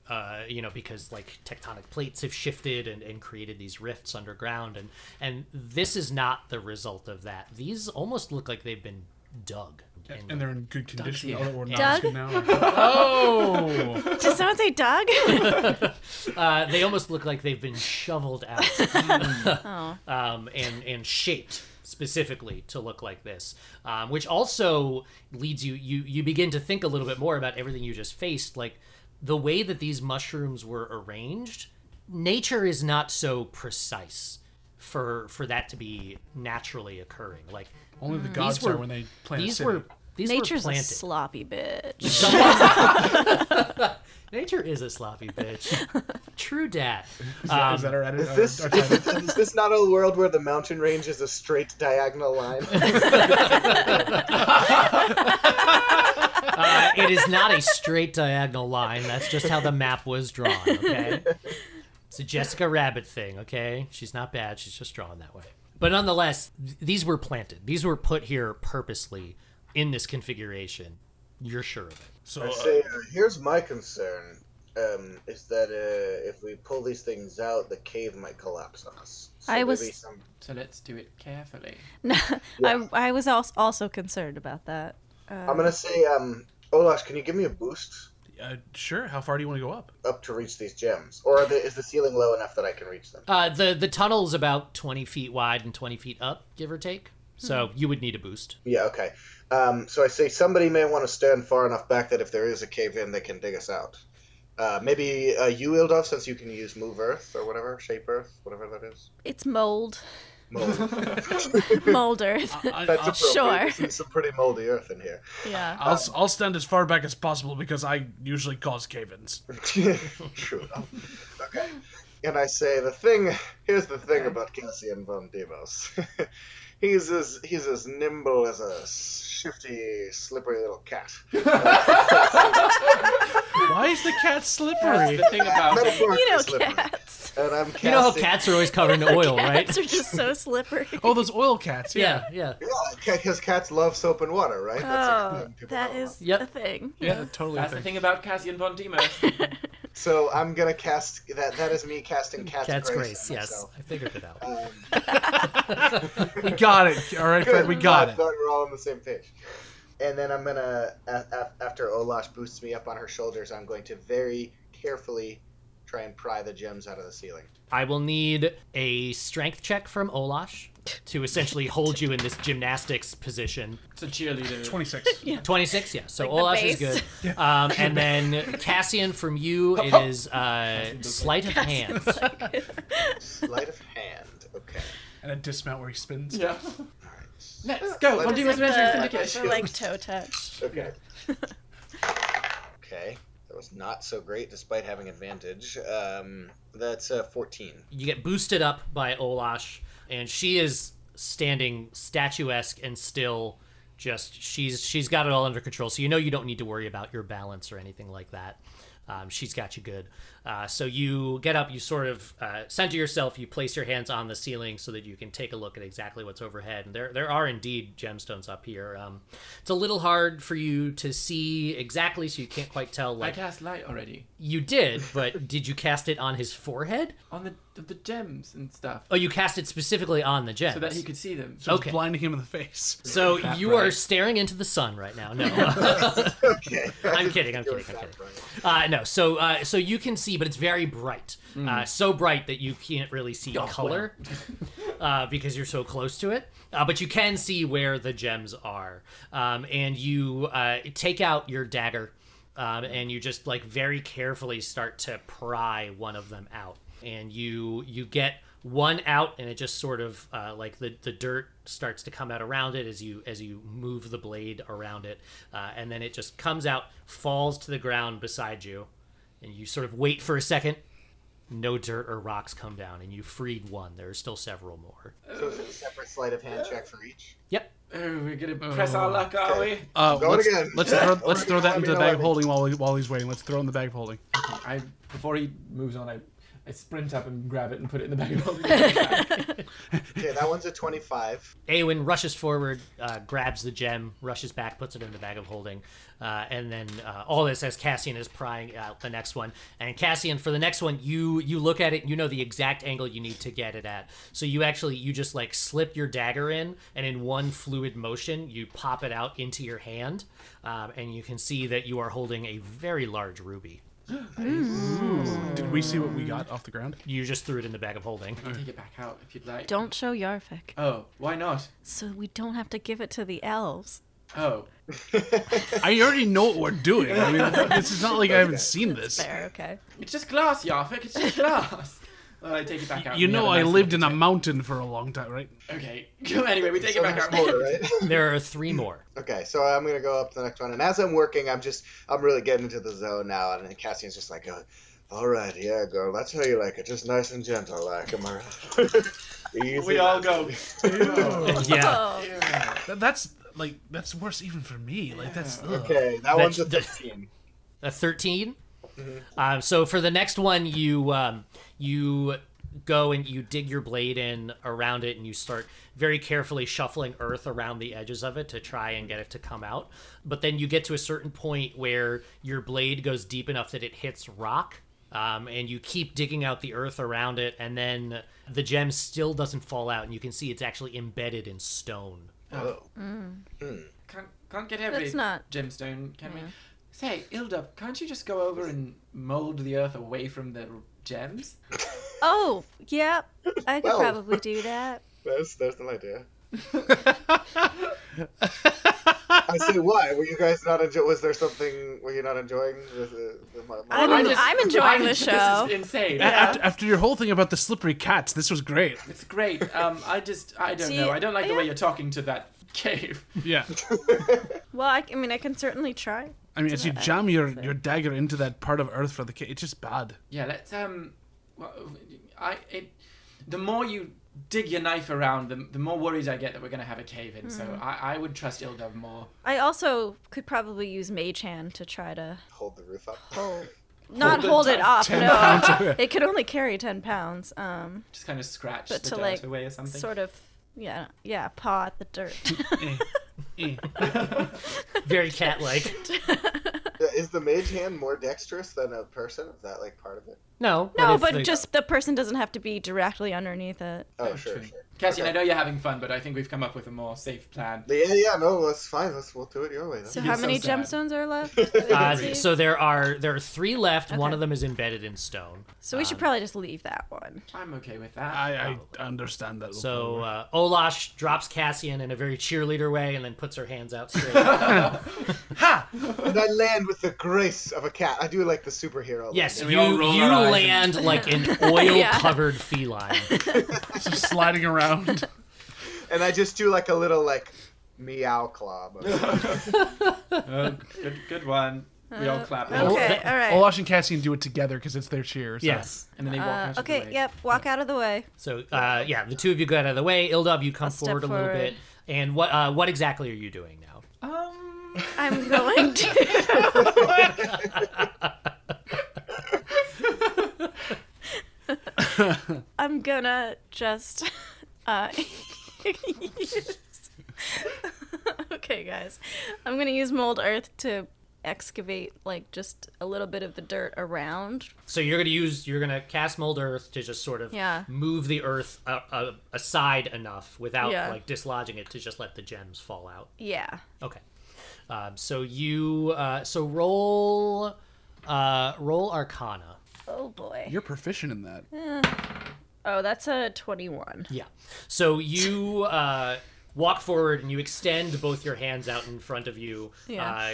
uh, you know, because like tectonic plates have shifted and, and created these rifts underground, and and this is not the result of that. These almost look like they've been dug. And, and they're in good condition. Doug, yeah. Although we're not as Doug? good now. Oh! Did someone say dog? uh, they almost look like they've been shoveled out oh, um, and and shaped specifically to look like this, um, which also leads you you you begin to think a little bit more about everything you just faced, like the way that these mushrooms were arranged. Nature is not so precise for for that to be naturally occurring. Like Only the gods were- are when they plant. these a city. were these nature's were a planted. sloppy bitch. Nature is a sloppy bitch. True dat. Is that, um, is that our edit? Is this, our, our title? is this not a world where the mountain range is a straight diagonal line? Uh, it is not a straight diagonal line. That's just how the map was drawn. Okay, it's a Jessica Rabbit thing. Okay, she's not bad. She's just drawn that way. But nonetheless, th- these were planted. These were put here purposely in this configuration. You're sure of it. So, I uh, say, uh, here's my concern: um, is that uh, if we pull these things out, the cave might collapse on us. So I maybe was- some- so let's do it carefully. No, I, I was also also concerned about that. I'm gonna say, um, Olash, can you give me a boost uh, sure. How far do you want to go up? up to reach these gems, or are the, is the ceiling low enough that I can reach them? Uh, the the tunnel's about 20 feet wide and 20 feet up, give or take. So you would need a boost. Yeah, okay. Um, so I say somebody may want to stand far enough back that if there is a cave in, they can dig us out. Uh, maybe uh, you, Ildov, since you can use Move Earth or whatever, Shape Earth, whatever that is. It's mold, Mold. mold earth. That's I, appropriate. Sure. There's some pretty moldy earth in here. yeah. Um, I'll, I'll, I'll stand as far back as possible because I usually cause cave-ins. True enough. Okay. And I say the thing. Here's the thing about Cassian von Demos. he's as he's as nimble as a shifty, slippery little cat. Why is the cat slippery? The thing about it, Metaphorically You know slippery. cats. And I'm casting. You know how cats are always covered in oil, right? Cats are just so slippery. Oh, those oil cats. Yeah, Yeah. yeah. Yeah, because cats love soap and water, right? That's a Oh, thing people that know. is Yep. a thing. Yeah, totally. that's the thing about Cassian Von Demos. So I'm gonna cast that. That is me casting cat's, Cat's grace, grace. um, on yes. myself. I figured it out. We got it. All right, Fred, we got I'm it. glad We're all on the same page. And then I'm gonna, a- a- after Olash boosts me up on her shoulders, I'm going to very carefully try and pry the gems out of the ceiling. I will need a strength check from Olash to essentially hold you in this gymnastics position. It's a cheerleader. 26. 26, yeah. So Like Olash the is good. Um, and then Cassian from you, it is uh, sleight of hand. Sleight of hand. Okay. And a dismount where he spins. Yeah. All right. Let's go. One, Let's two, get three, The- four, the, like toe touch. Okay. okay. That was not so great, despite having advantage. Um, that's uh, 14. You get boosted up by Olash, and she is standing statuesque and still just she's she's got it all under control so you know you don't need to worry about your balance or anything like that um, she's got you good uh, so you get up you sort of uh, center yourself you place your hands on the ceiling so that you can take a look at exactly what's overhead and there there are indeed gemstones up here um, it's a little hard for you to see exactly so you can't quite tell I like cast light already you did but did you cast it on his forehead on the the, the gems and stuff, Oh, you cast it specifically on the gems. so that he could see them. So it's Okay. blinding him in the face. So you right. are staring into the sun right now. No, Okay. I'm kidding. I'm kidding. I'm kidding. Uh, no, so uh, so you can see, but it's very bright. Hmm. Uh, so bright that you can't really see color uh, because you're so close to it. Uh, but you can see where the gems are, um, and you uh, take out your dagger, um, and you just like very carefully start to pry one of them out, and you you get one out, and it just sort of uh, like the the dirt starts to come out around it as you as you move the blade around it, uh, and then it just comes out, falls to the ground beside you, and you sort of wait for a second. No dirt or rocks come down, and you freed one. There are still several more. So it's a separate sleight of hand check for each. Yep. Oh, we're gonna Oh. press our luck, are we? Uh, Go it let's, again. let's throw, Go let's it throw again. that into the Let me know bag when- of holding while, we, while he's waiting. Let's throw in the bag of holding. I before he moves on, I, I sprint up and grab it and put it in the bag of holding. Okay, that one's a 25. Awen rushes forward, uh, grabs the gem, rushes back, puts it in the bag of holding, uh, and then uh, all this as Cassian is prying out the next one. And Cassian, for the next one, you you look at it, you know the exact angle you need to get it at. So you actually you just like slip your dagger in, and in one fluid motion, you pop it out into your hand, um, and you can see that you are holding a very large ruby. Did we see what we got off the ground? You just threw it in the bag of holding. Take it back out if you'd like. Don't show Yarvik, Oh, why not? so we don't have to give it to the elves. Oh, I already know what we're doing. I mean, this is not like I haven't seen this. Fair, okay. it's just glass, Yarvik. It's just glass. Well, I take it back out. You and the know, other I nice lived in one. a mountain for a long time, right? Okay. anyway, we take it So back there's out. more, right? There are three more. Okay, so I'm gonna go up to the next one, and as I'm working, I'm just I'm really getting into the zone now, and Cassian's just like, uh, "All right, yeah, girl, that's how you like it, just nice and gentle, like, am I right?" Easy. We all go. Yeah. Oh, That, that's like that's worse even for me. Like that's ugh. Okay, that one's a the- 15. a 13 um, so for the next one you um, you go and you dig your blade in around it and you start very carefully shuffling earth around the edges of it to try and get it to come out but then you get to a certain point where your blade goes deep enough that it hits rock um, and you keep digging out the earth around it and then the gem still doesn't fall out and you can see it's actually embedded in stone Can't, can't get every That's not- gemstone, can we? Say, Ilda, can't you just go over and mold the earth away from the gems? oh yeah, I could Well. probably do that. That's that's an idea. I say, why were you guys not enjoying? Was there something were you not enjoying? With, uh, with my, my- I'm, I just- I'm enjoying I- the show. This is insane. A- After, after your whole thing about the slippery cats, this was great. It's great. Um, I just, I don't See, know. I don't like the way yeah. you're talking to that cave. Yeah. Well, I, I mean, I can certainly try. I mean, as you jam your, your dagger into that part of earth for the cat, it's just bad. Yeah, let's um, well, I it, the more you dig your knife around, the, the more worried I get that we're gonna have a cave in. Mm-hmm. So I, I would trust Ilda more. I also could probably use Mage Hand to try to hold the roof up. hold, not the hold it ti- up. 10 No, pounds. it could only carry ten pounds. Um, Just kind of scratch But the to, dirt like, away or something. sort of, yeah, yeah, paw at the dirt. Eh. Eh. very cat like Yeah, Is the mage hand more dexterous than a person? Is that like part of it? no No, if but the- just the person doesn't have to be directly underneath it. Oh, sure, true. sure. Cassian, Okay. I know you're having fun, but I think we've come up with a more safe plan. Yeah, yeah, no, that's fine. Let's we'll do it your way. Then. So how so many sad. gemstones are left? Uh, so there are there are three left. One Okay. of them is embedded in stone. so we um, should probably just leave that one. I'm okay with that. I, I understand that. So uh, Olash drops Cassian in a very cheerleader way, and then puts her hands out straight. And I land with the grace of a cat. I do like the superhero. yes, you we all roll you our eyes land like an oil-covered feline. just sliding around. landing. And I just do like a little like meow claw. motion. Uh, good, good one. We all clap. Uh, Okay, all right. Olash and Cassian do it together because it's their cheer. So. Yes. And then they walk Uh, out of the okay, way. yep. Walk out of the way. So uh, yeah, the two of you go out of the way. Ildov, you come step forward a little forward. bit. And what uh, what exactly are you doing now? Um, I'm going to. I'm gonna just. Uh, use- okay, guys. I'm gonna use mold earth to excavate like just a little bit of the dirt around. So you're gonna use you're gonna cast mold earth to just sort of Yeah. move the earth uh, uh, aside enough without Yeah. like dislodging it to just let the gems fall out. Yeah. Okay. Um, so you uh, so roll uh, roll Arcana. Oh boy. You're proficient in that. Oh, that's a 21. Yeah. So you uh, walk forward and you extend both your hands out in front of you. Yeah. Uh,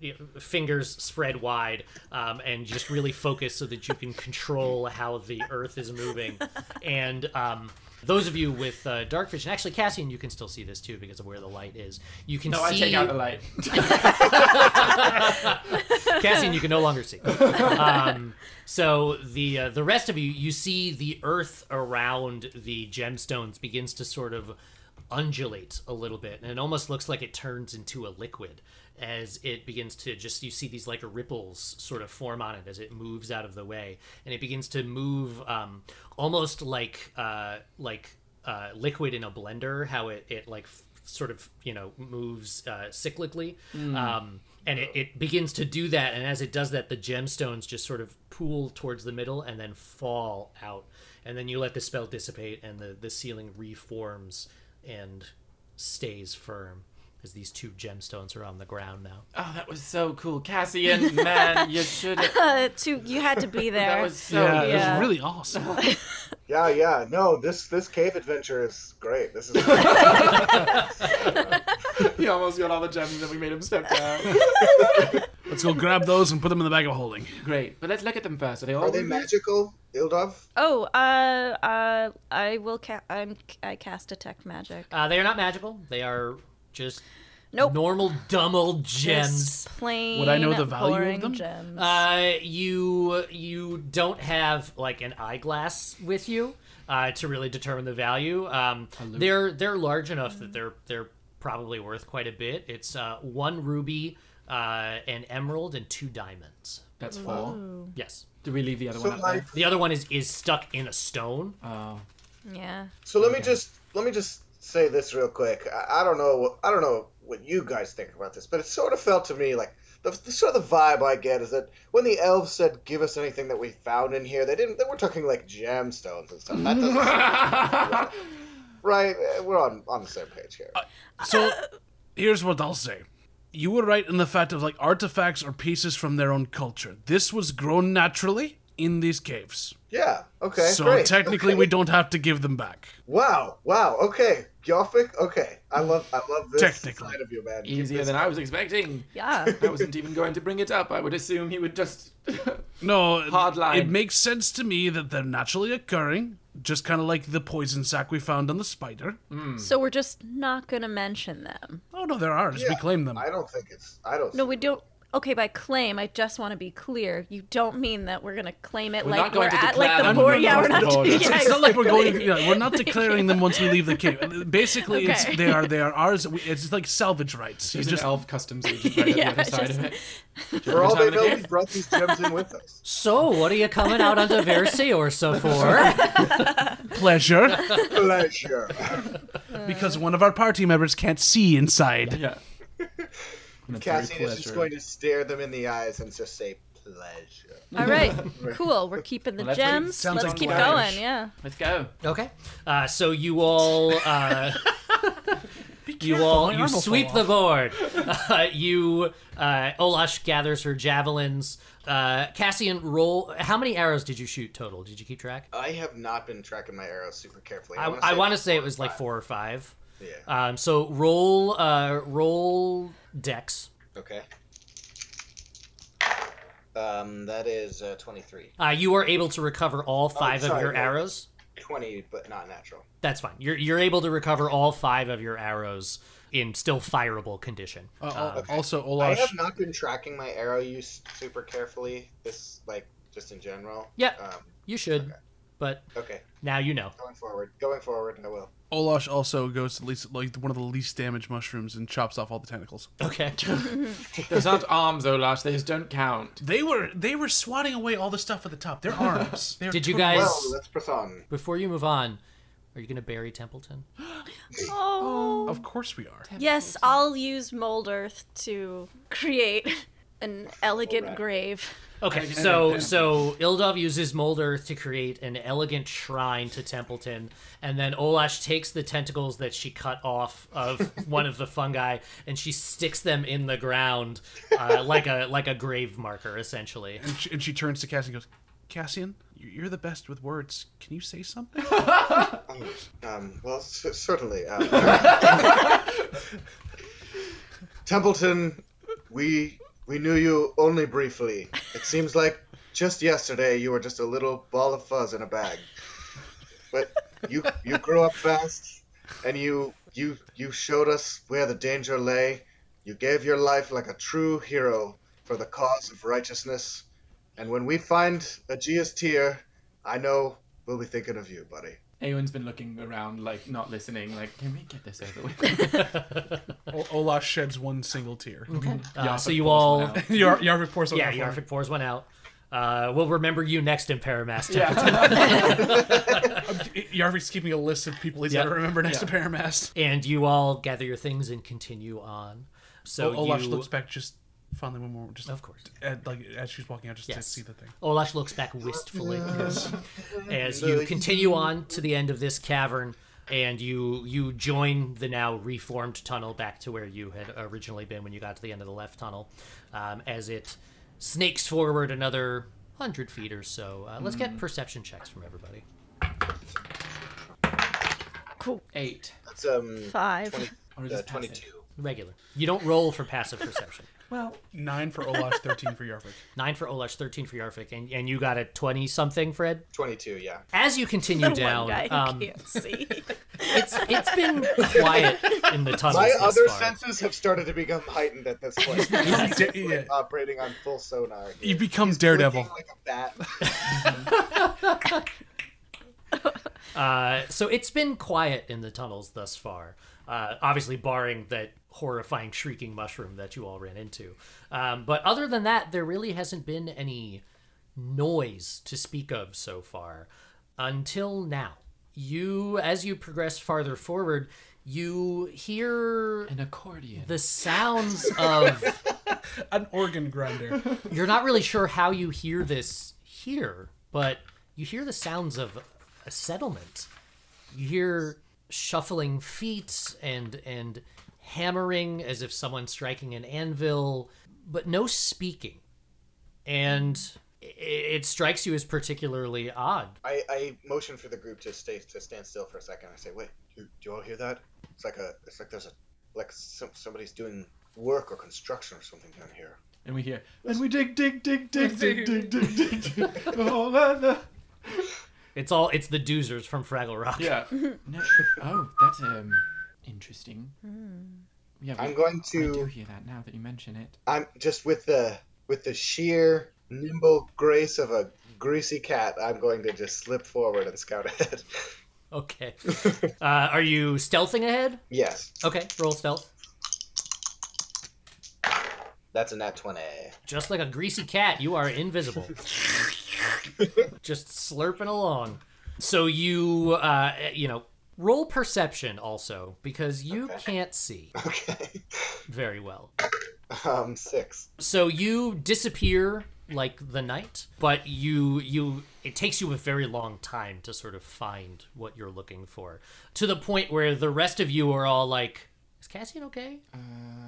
you know, fingers spread wide um, and just really focus so that you can control how the earth is moving and um, those of you with uh, dark vision actually cassian you can still see this too because of where the light is you can no, I see take out the light. Cassian, you can no longer see. Um, so the uh, the rest of you, you see the earth around the gemstones begins to sort of undulate a little bit, and it almost looks like it turns into a liquid as it begins to just you see these like ripples sort of form on it as it moves out of the way, and it begins to move um, almost like uh, like uh, liquid in a blender, how it, it like f- sort of you know moves uh, cyclically, Hmm. um, and it, it begins to do that. And as it does that, the gemstones just sort of pool towards the middle and then fall out. And then you let the spell dissipate, and the the ceiling reforms and stays firm as these two gemstones are on the ground now. Oh, that was so cool, Cassian. Man, you should. Uh, two, you had to be there. That was so. it was Yeah. really awesome. Yeah, yeah. No, this this cave adventure is great. This is. He almost got all the gems, and then we made him step down. Let's go grab those and put them in the bag of holding. Great, but let's look at them first. Are they all? Are they moving? magical, Ildov? Oh, uh, uh, I will ca- I'm I cast detect magic. Uh, they are not magical. They are just Nope. normal dumb old gems. Just plain. Would I know the value of boring them? Gems. Uh, you you don't have like an eyeglass with you uh, to really determine the value. Um, they're they're large enough that they're they're probably worth quite a bit. It's uh, one ruby, uh, an emerald, and two diamonds. That's four. Yes, Do we leave the other So one up like, there? the other one is is stuck in a stone. Oh, yeah. so let me just let me just say this real quick. I, I don't know. what- I don't know what you guys think about this, but it sort of felt to me like the, the sort of the vibe I get is that when the elves said, "Give us anything that we found in here," they didn't. They were talking like gemstones and stuff. That doesn't. right. eh, We're on on the same page Uh, here. So here's what I'll say. You were right in the fact of like artifacts or pieces from their own culture. This was grown naturally in these caves. yeah. Okay. so great. technically we don't have to give them back. Wow. Wow. Okay. Yofik. Okay. I love. I love this Technically. side of you, man. Keep easier this than I was expecting. Yeah. I wasn't even going to bring it up. I would assume he would just. No, Hard line. it makes sense to me that they're naturally occurring, just kind of like the poison sac we found on the spider. so we're just not gonna mention them. Oh no, there are. Just Yeah, we claim them. I don't think it's. I don't. No, we don't. Okay, by claim, I just want to be clear. You don't mean that we're gonna claim it We're like not going we're to at like declare the them. board. Yeah, we're We're not not. going to yeah, It's, it's not like we're going. exactly. yeah, we're not declaring them once we leave the cave. Basically, it's Okay. they are they are ours. We- It's like salvage rights. You He's just an elf customs agent right Yeah, on the other side just- of it. For all they Time to know, give. we brought these gems in with us. So what are you coming out onto Versailles or so for? pleasure Pleasure. because one of our party members can't see inside. Yeah. That's very Cassian is just pleasure. going to stare them in the eyes and just say, pleasure. All right, cool. We're keeping the Well, that's what it gems. sounds Let's like keep we're going. Yeah. Let's go. Okay. Uh, so you all, uh, you all, you sweep the board. Uh, you, uh, Olash gathers her javelins. Uh, Cassian, roll. How many arrows did you shoot total? Did you keep track? I have not been tracking my arrows super carefully. I, Uh, wanna I want to like say it was like four or five. Yeah. Um, so roll, uh, roll dex. Okay. Um, that is uh, 23. Uh, you are able to recover all five of sorry, your yeah. arrows. 20, but not natural. That's fine. You're you're able to recover all five of your arrows in still fireable condition. Uh, Ah, al- Okay. Also, I Olash. have not been tracking my arrow use super carefully. This, like, just in general. Yeah. Um, You should, but okay. now you know. Going forward. Going forward, I will. Olash also goes to least like one of the least damaged mushrooms and chops off all the tentacles. Okay. Those aren't arms, Olash. They just don't count. They were they were swatting away all the stuff at the top. Their arms. They're Did you totally- guys- Well, let's press on. Before you move on, are you going to bury Templeton? Oh. Of course we are. Yes, I'll use mold earth to create an elegant grave. Okay, so so Ildov uses mold earth to create an elegant shrine to Templeton, and then Olash takes the tentacles that she cut off of one of the fungi and she sticks them in the ground uh, like a like a grave marker, essentially. And she, and she turns to Cassian and goes, Cassian, you- you're the best with words. Can you say something? Um, well, c- certainly. um, Templeton, we we knew you only briefly. It seems like just yesterday you were just a little ball of fuzz in a bag. But you you grew up fast, and you you you showed us where the danger lay. You gave your life like a true hero for the cause of righteousness. And when we find Aegea's tear, I know we'll be thinking of you, buddy. Eowyn's been looking around, like not listening. Like, can we get this over with? O- Olash sheds one single tear. Uh, so Yarvik you pulls all, one out. Yar- Yarvik pours on yeah, her forehead. Yarvik pours one out. Uh, we'll remember you next in Paramass. Templeton. Yarvik's keeping a list of people he's Yeah. got to remember next to Paramast. and you all gather your things and continue on. So O- Olash you, looks back just finally one more, just Of course. at, like as she's walking out, just to Yes. see the thing. Olash looks back wistfully as you continue on to the end of this cavern, and you you join the now reformed tunnel back to where you had originally been when you got to the end of the left tunnel, um, as it snakes forward another hundred feet or so. Uh, let's Hmm. get perception checks from everybody. Eight. That's um Five. Or is uh, this passive? twenty-two. Regular. You don't roll for passive perception. Well, Nine for Olash, thirteen for Yarvik. Nine for Olash, thirteen for Yarvik, and, and you got a twenty something, Fred. Twenty-two. Yeah. As you continue down, One guy who um, can't see. it's it's been quiet in the tunnels. My thus other far. senses have started to become heightened at this point. You, da- Like, yeah. operating on full sonar. here. you become He's Daredevil. blinking Like a bat. Uh, so it's been quiet in the tunnels thus far. Uh, obviously, barring that horrifying shrieking mushroom that you all ran into. Um, but other than that, there really hasn't been any noise to speak of so far until now. You, as you progress farther forward, you hear an accordion. the sounds of. An organ grinder. You're not really sure how you hear this here, but you hear the sounds of a settlement. You hear shuffling feet and and hammering as if someone's striking an anvil, but no speaking. And i- it strikes you as particularly odd. I, I motion for the group to stay to stand still for a second. I say, "Wait, do, do you all hear that? It's like a, it's like there's a, like some, somebody's doing work or construction or something down here." And we hear, and we dig, dig, dig, dig, dig, dig, dig, dig, dig. Oh, la, la. It's all it's the doozers from Fraggle Rock. Yeah. No. Oh, that's um interesting. Yeah, we, I'm going I do to, hear that now that you mention it. I'm just with the with the sheer nimble grace of a greasy cat. I'm going to just slip forward and scout ahead. Okay. uh, are you stealthing ahead? yes, Okay, roll stealth. that's a nat twenty. Just like a greasy cat, you are invisible. Just slurping along. So you, uh, you know, roll perception also because you can't see Okay. very well. Um, six. So you disappear like the night, but you you it takes you a very long time to sort of find what you're looking for to the point where the rest of you are all like, "Is Cassian okay?"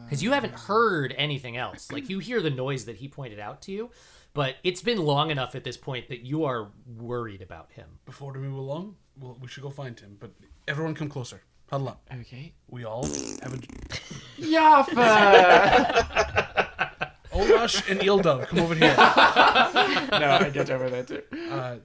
Because you haven't heard anything else. Like you hear the noise that he pointed out to you, but it's been long enough at this point that you are worried about him. Before we move along, we'll, we should go find him. But everyone, come closer. Huddle up. Okay. We all have a. Yaffa! Olash and Ildov, come over here. no, I get over that too. Uh,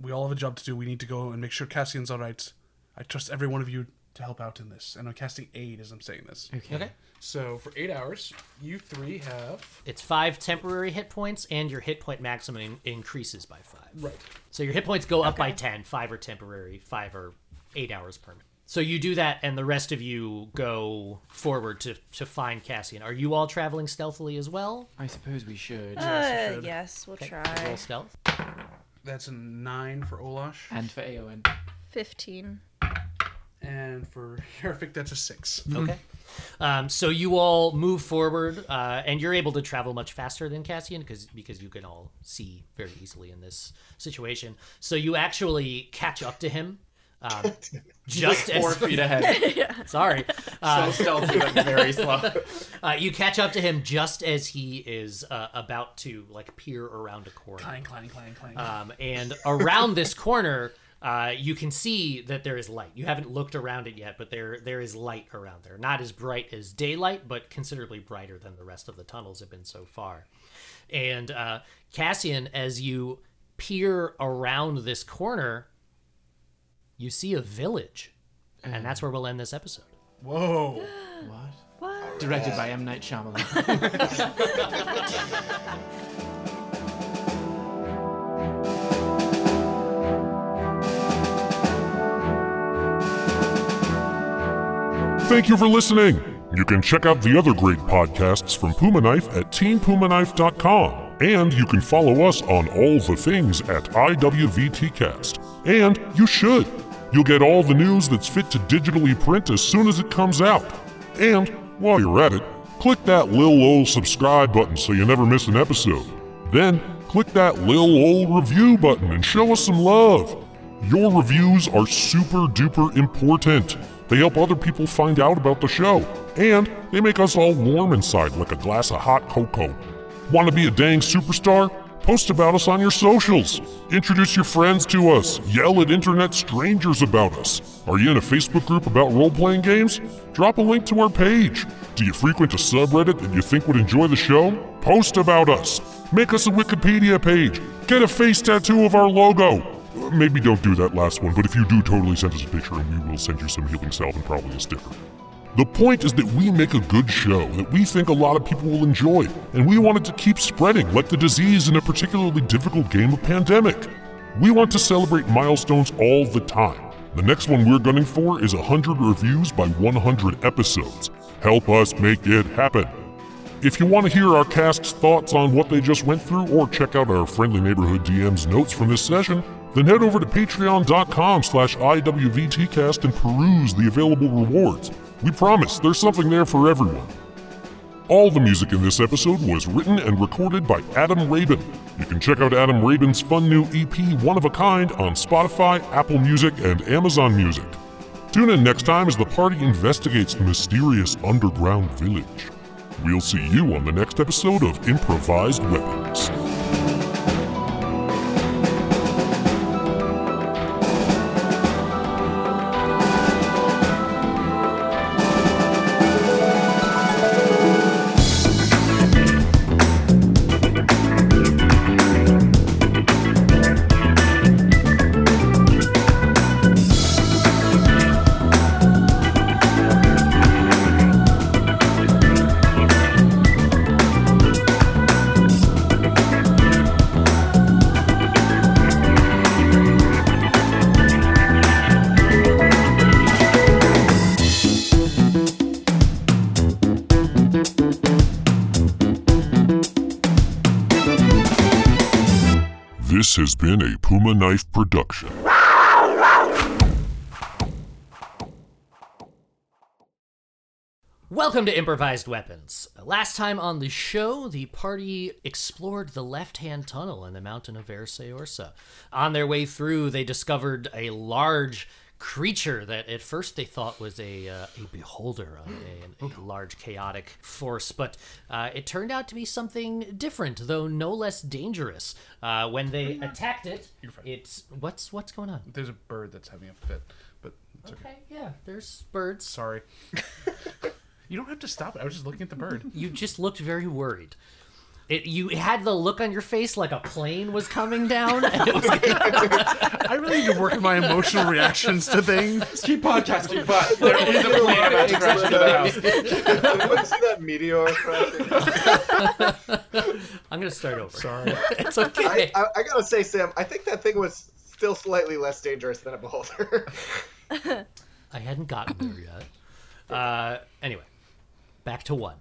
we all have a job to do. We need to go and make sure Cassian's all right. I trust every one of you to help out in this, and I'm casting aid as I'm saying this. Okay. So for eight hours, you three have It's five temporary hit points, and your hit point maximum in- increases by five. right. So your hit points go up by 10. Five are temporary, five are eight hours permanent. So you do that, and the rest of you go forward to, to find Cassian. Are you all traveling stealthily as well? I suppose we should. Uh, yes, we'll Roll try. stealth. That's a nine for Olash, And for Aowen. 15. and for Hervik, that's a six. Okay. Um, so you all move forward, uh, and you're able to travel much faster than Cassian because because you can all see very easily in this situation. So you actually catch up to him. Um, just Four as feet ahead. sorry, So stealthy, but very slow. uh, you catch up to him just as he is uh, about to like peer around a corner. Clang, clang, clang, clang. Um, and around this corner, uh, you can see that there is light. You haven't looked around it yet, but there there is light around there. Not as bright as daylight, but considerably brighter than the rest of the tunnels have been so far. And uh, Cassian, as you peer around this corner, you see a village, and that's where we'll end this episode. Whoa. What? What? Directed by M. Night Shyamalan. Thank you for listening. You can check out the other great podcasts from Puma Knife at teampumaknife.com. And you can follow us on all the things at IWVTcast. And you should. You'll get all the news that's fit to digitally print as soon as it comes out. And while you're at it, click that lil ol subscribe button so you never miss an episode. Then click that lil ol review button and show us some love. Your reviews are super duper important. They help other people find out about the show, and they make us all warm inside like a glass of hot cocoa. Want to be a dang superstar? Post about us on your socials. Introduce your friends to us. Yell at internet strangers about us. Are you in a Facebook group about role playing games? Drop a link to our page. Do you frequent a subreddit that you think would enjoy the show? Post about us. Make us a Wikipedia page. Get a face tattoo of our logo. Uh, Maybe don't do that last one, but if you do, totally send us a picture and we will send you some healing salve and probably a sticker. The point is that we make a good show that we think a lot of people will enjoy, and we want it to keep spreading like the disease in a particularly difficult game of pandemic. We want to celebrate milestones all the time. The next one we're gunning for is 100 reviews by 100 episodes. Help us make it happen. If you want to hear our cast's thoughts on what they just went through or check out our friendly neighborhood DM's notes from this session, then head over to patreon.com slash IWVTcast and peruse the available rewards. We promise there's something there for everyone. All the music in this episode was written and recorded by Adam Rabin. You can check out Adam Rabin's fun new EP, One of a Kind, on Spotify, Apple Music, and Amazon Music. Tune in next time as the party investigates the mysterious underground village. We'll see you on the next episode of Improvised Weapons. This has been a Puma Knife production. Welcome to Improvised Weapons. Last time on the show, the party explored the left hand tunnel in the mountain of Verse Orsa. On their way through, they discovered a large creature that at first they thought was a, uh, a beholder, a, a- a large chaotic force, but uh, it turned out to be something different, though no less dangerous. Uh, when they attacked it, it's. What's, what's going on? There's a bird that's having a fit, but it's okay. Okay, yeah, there's birds. Sorry. you don't have to stop it. I was just looking at the bird. you just looked very worried. It, you had the look on your face like a plane was coming down. And it was like, I really need to work on my emotional reactions to things. Keep podcasting, but there is a plan about to crash into the house. What's that meteor? crashing? I'm gonna start over. Sorry, it's okay. I, I gotta say, Sam, I think that thing was still slightly less dangerous than a beholder. I hadn't gotten there yet. Uh, anyway, back to one.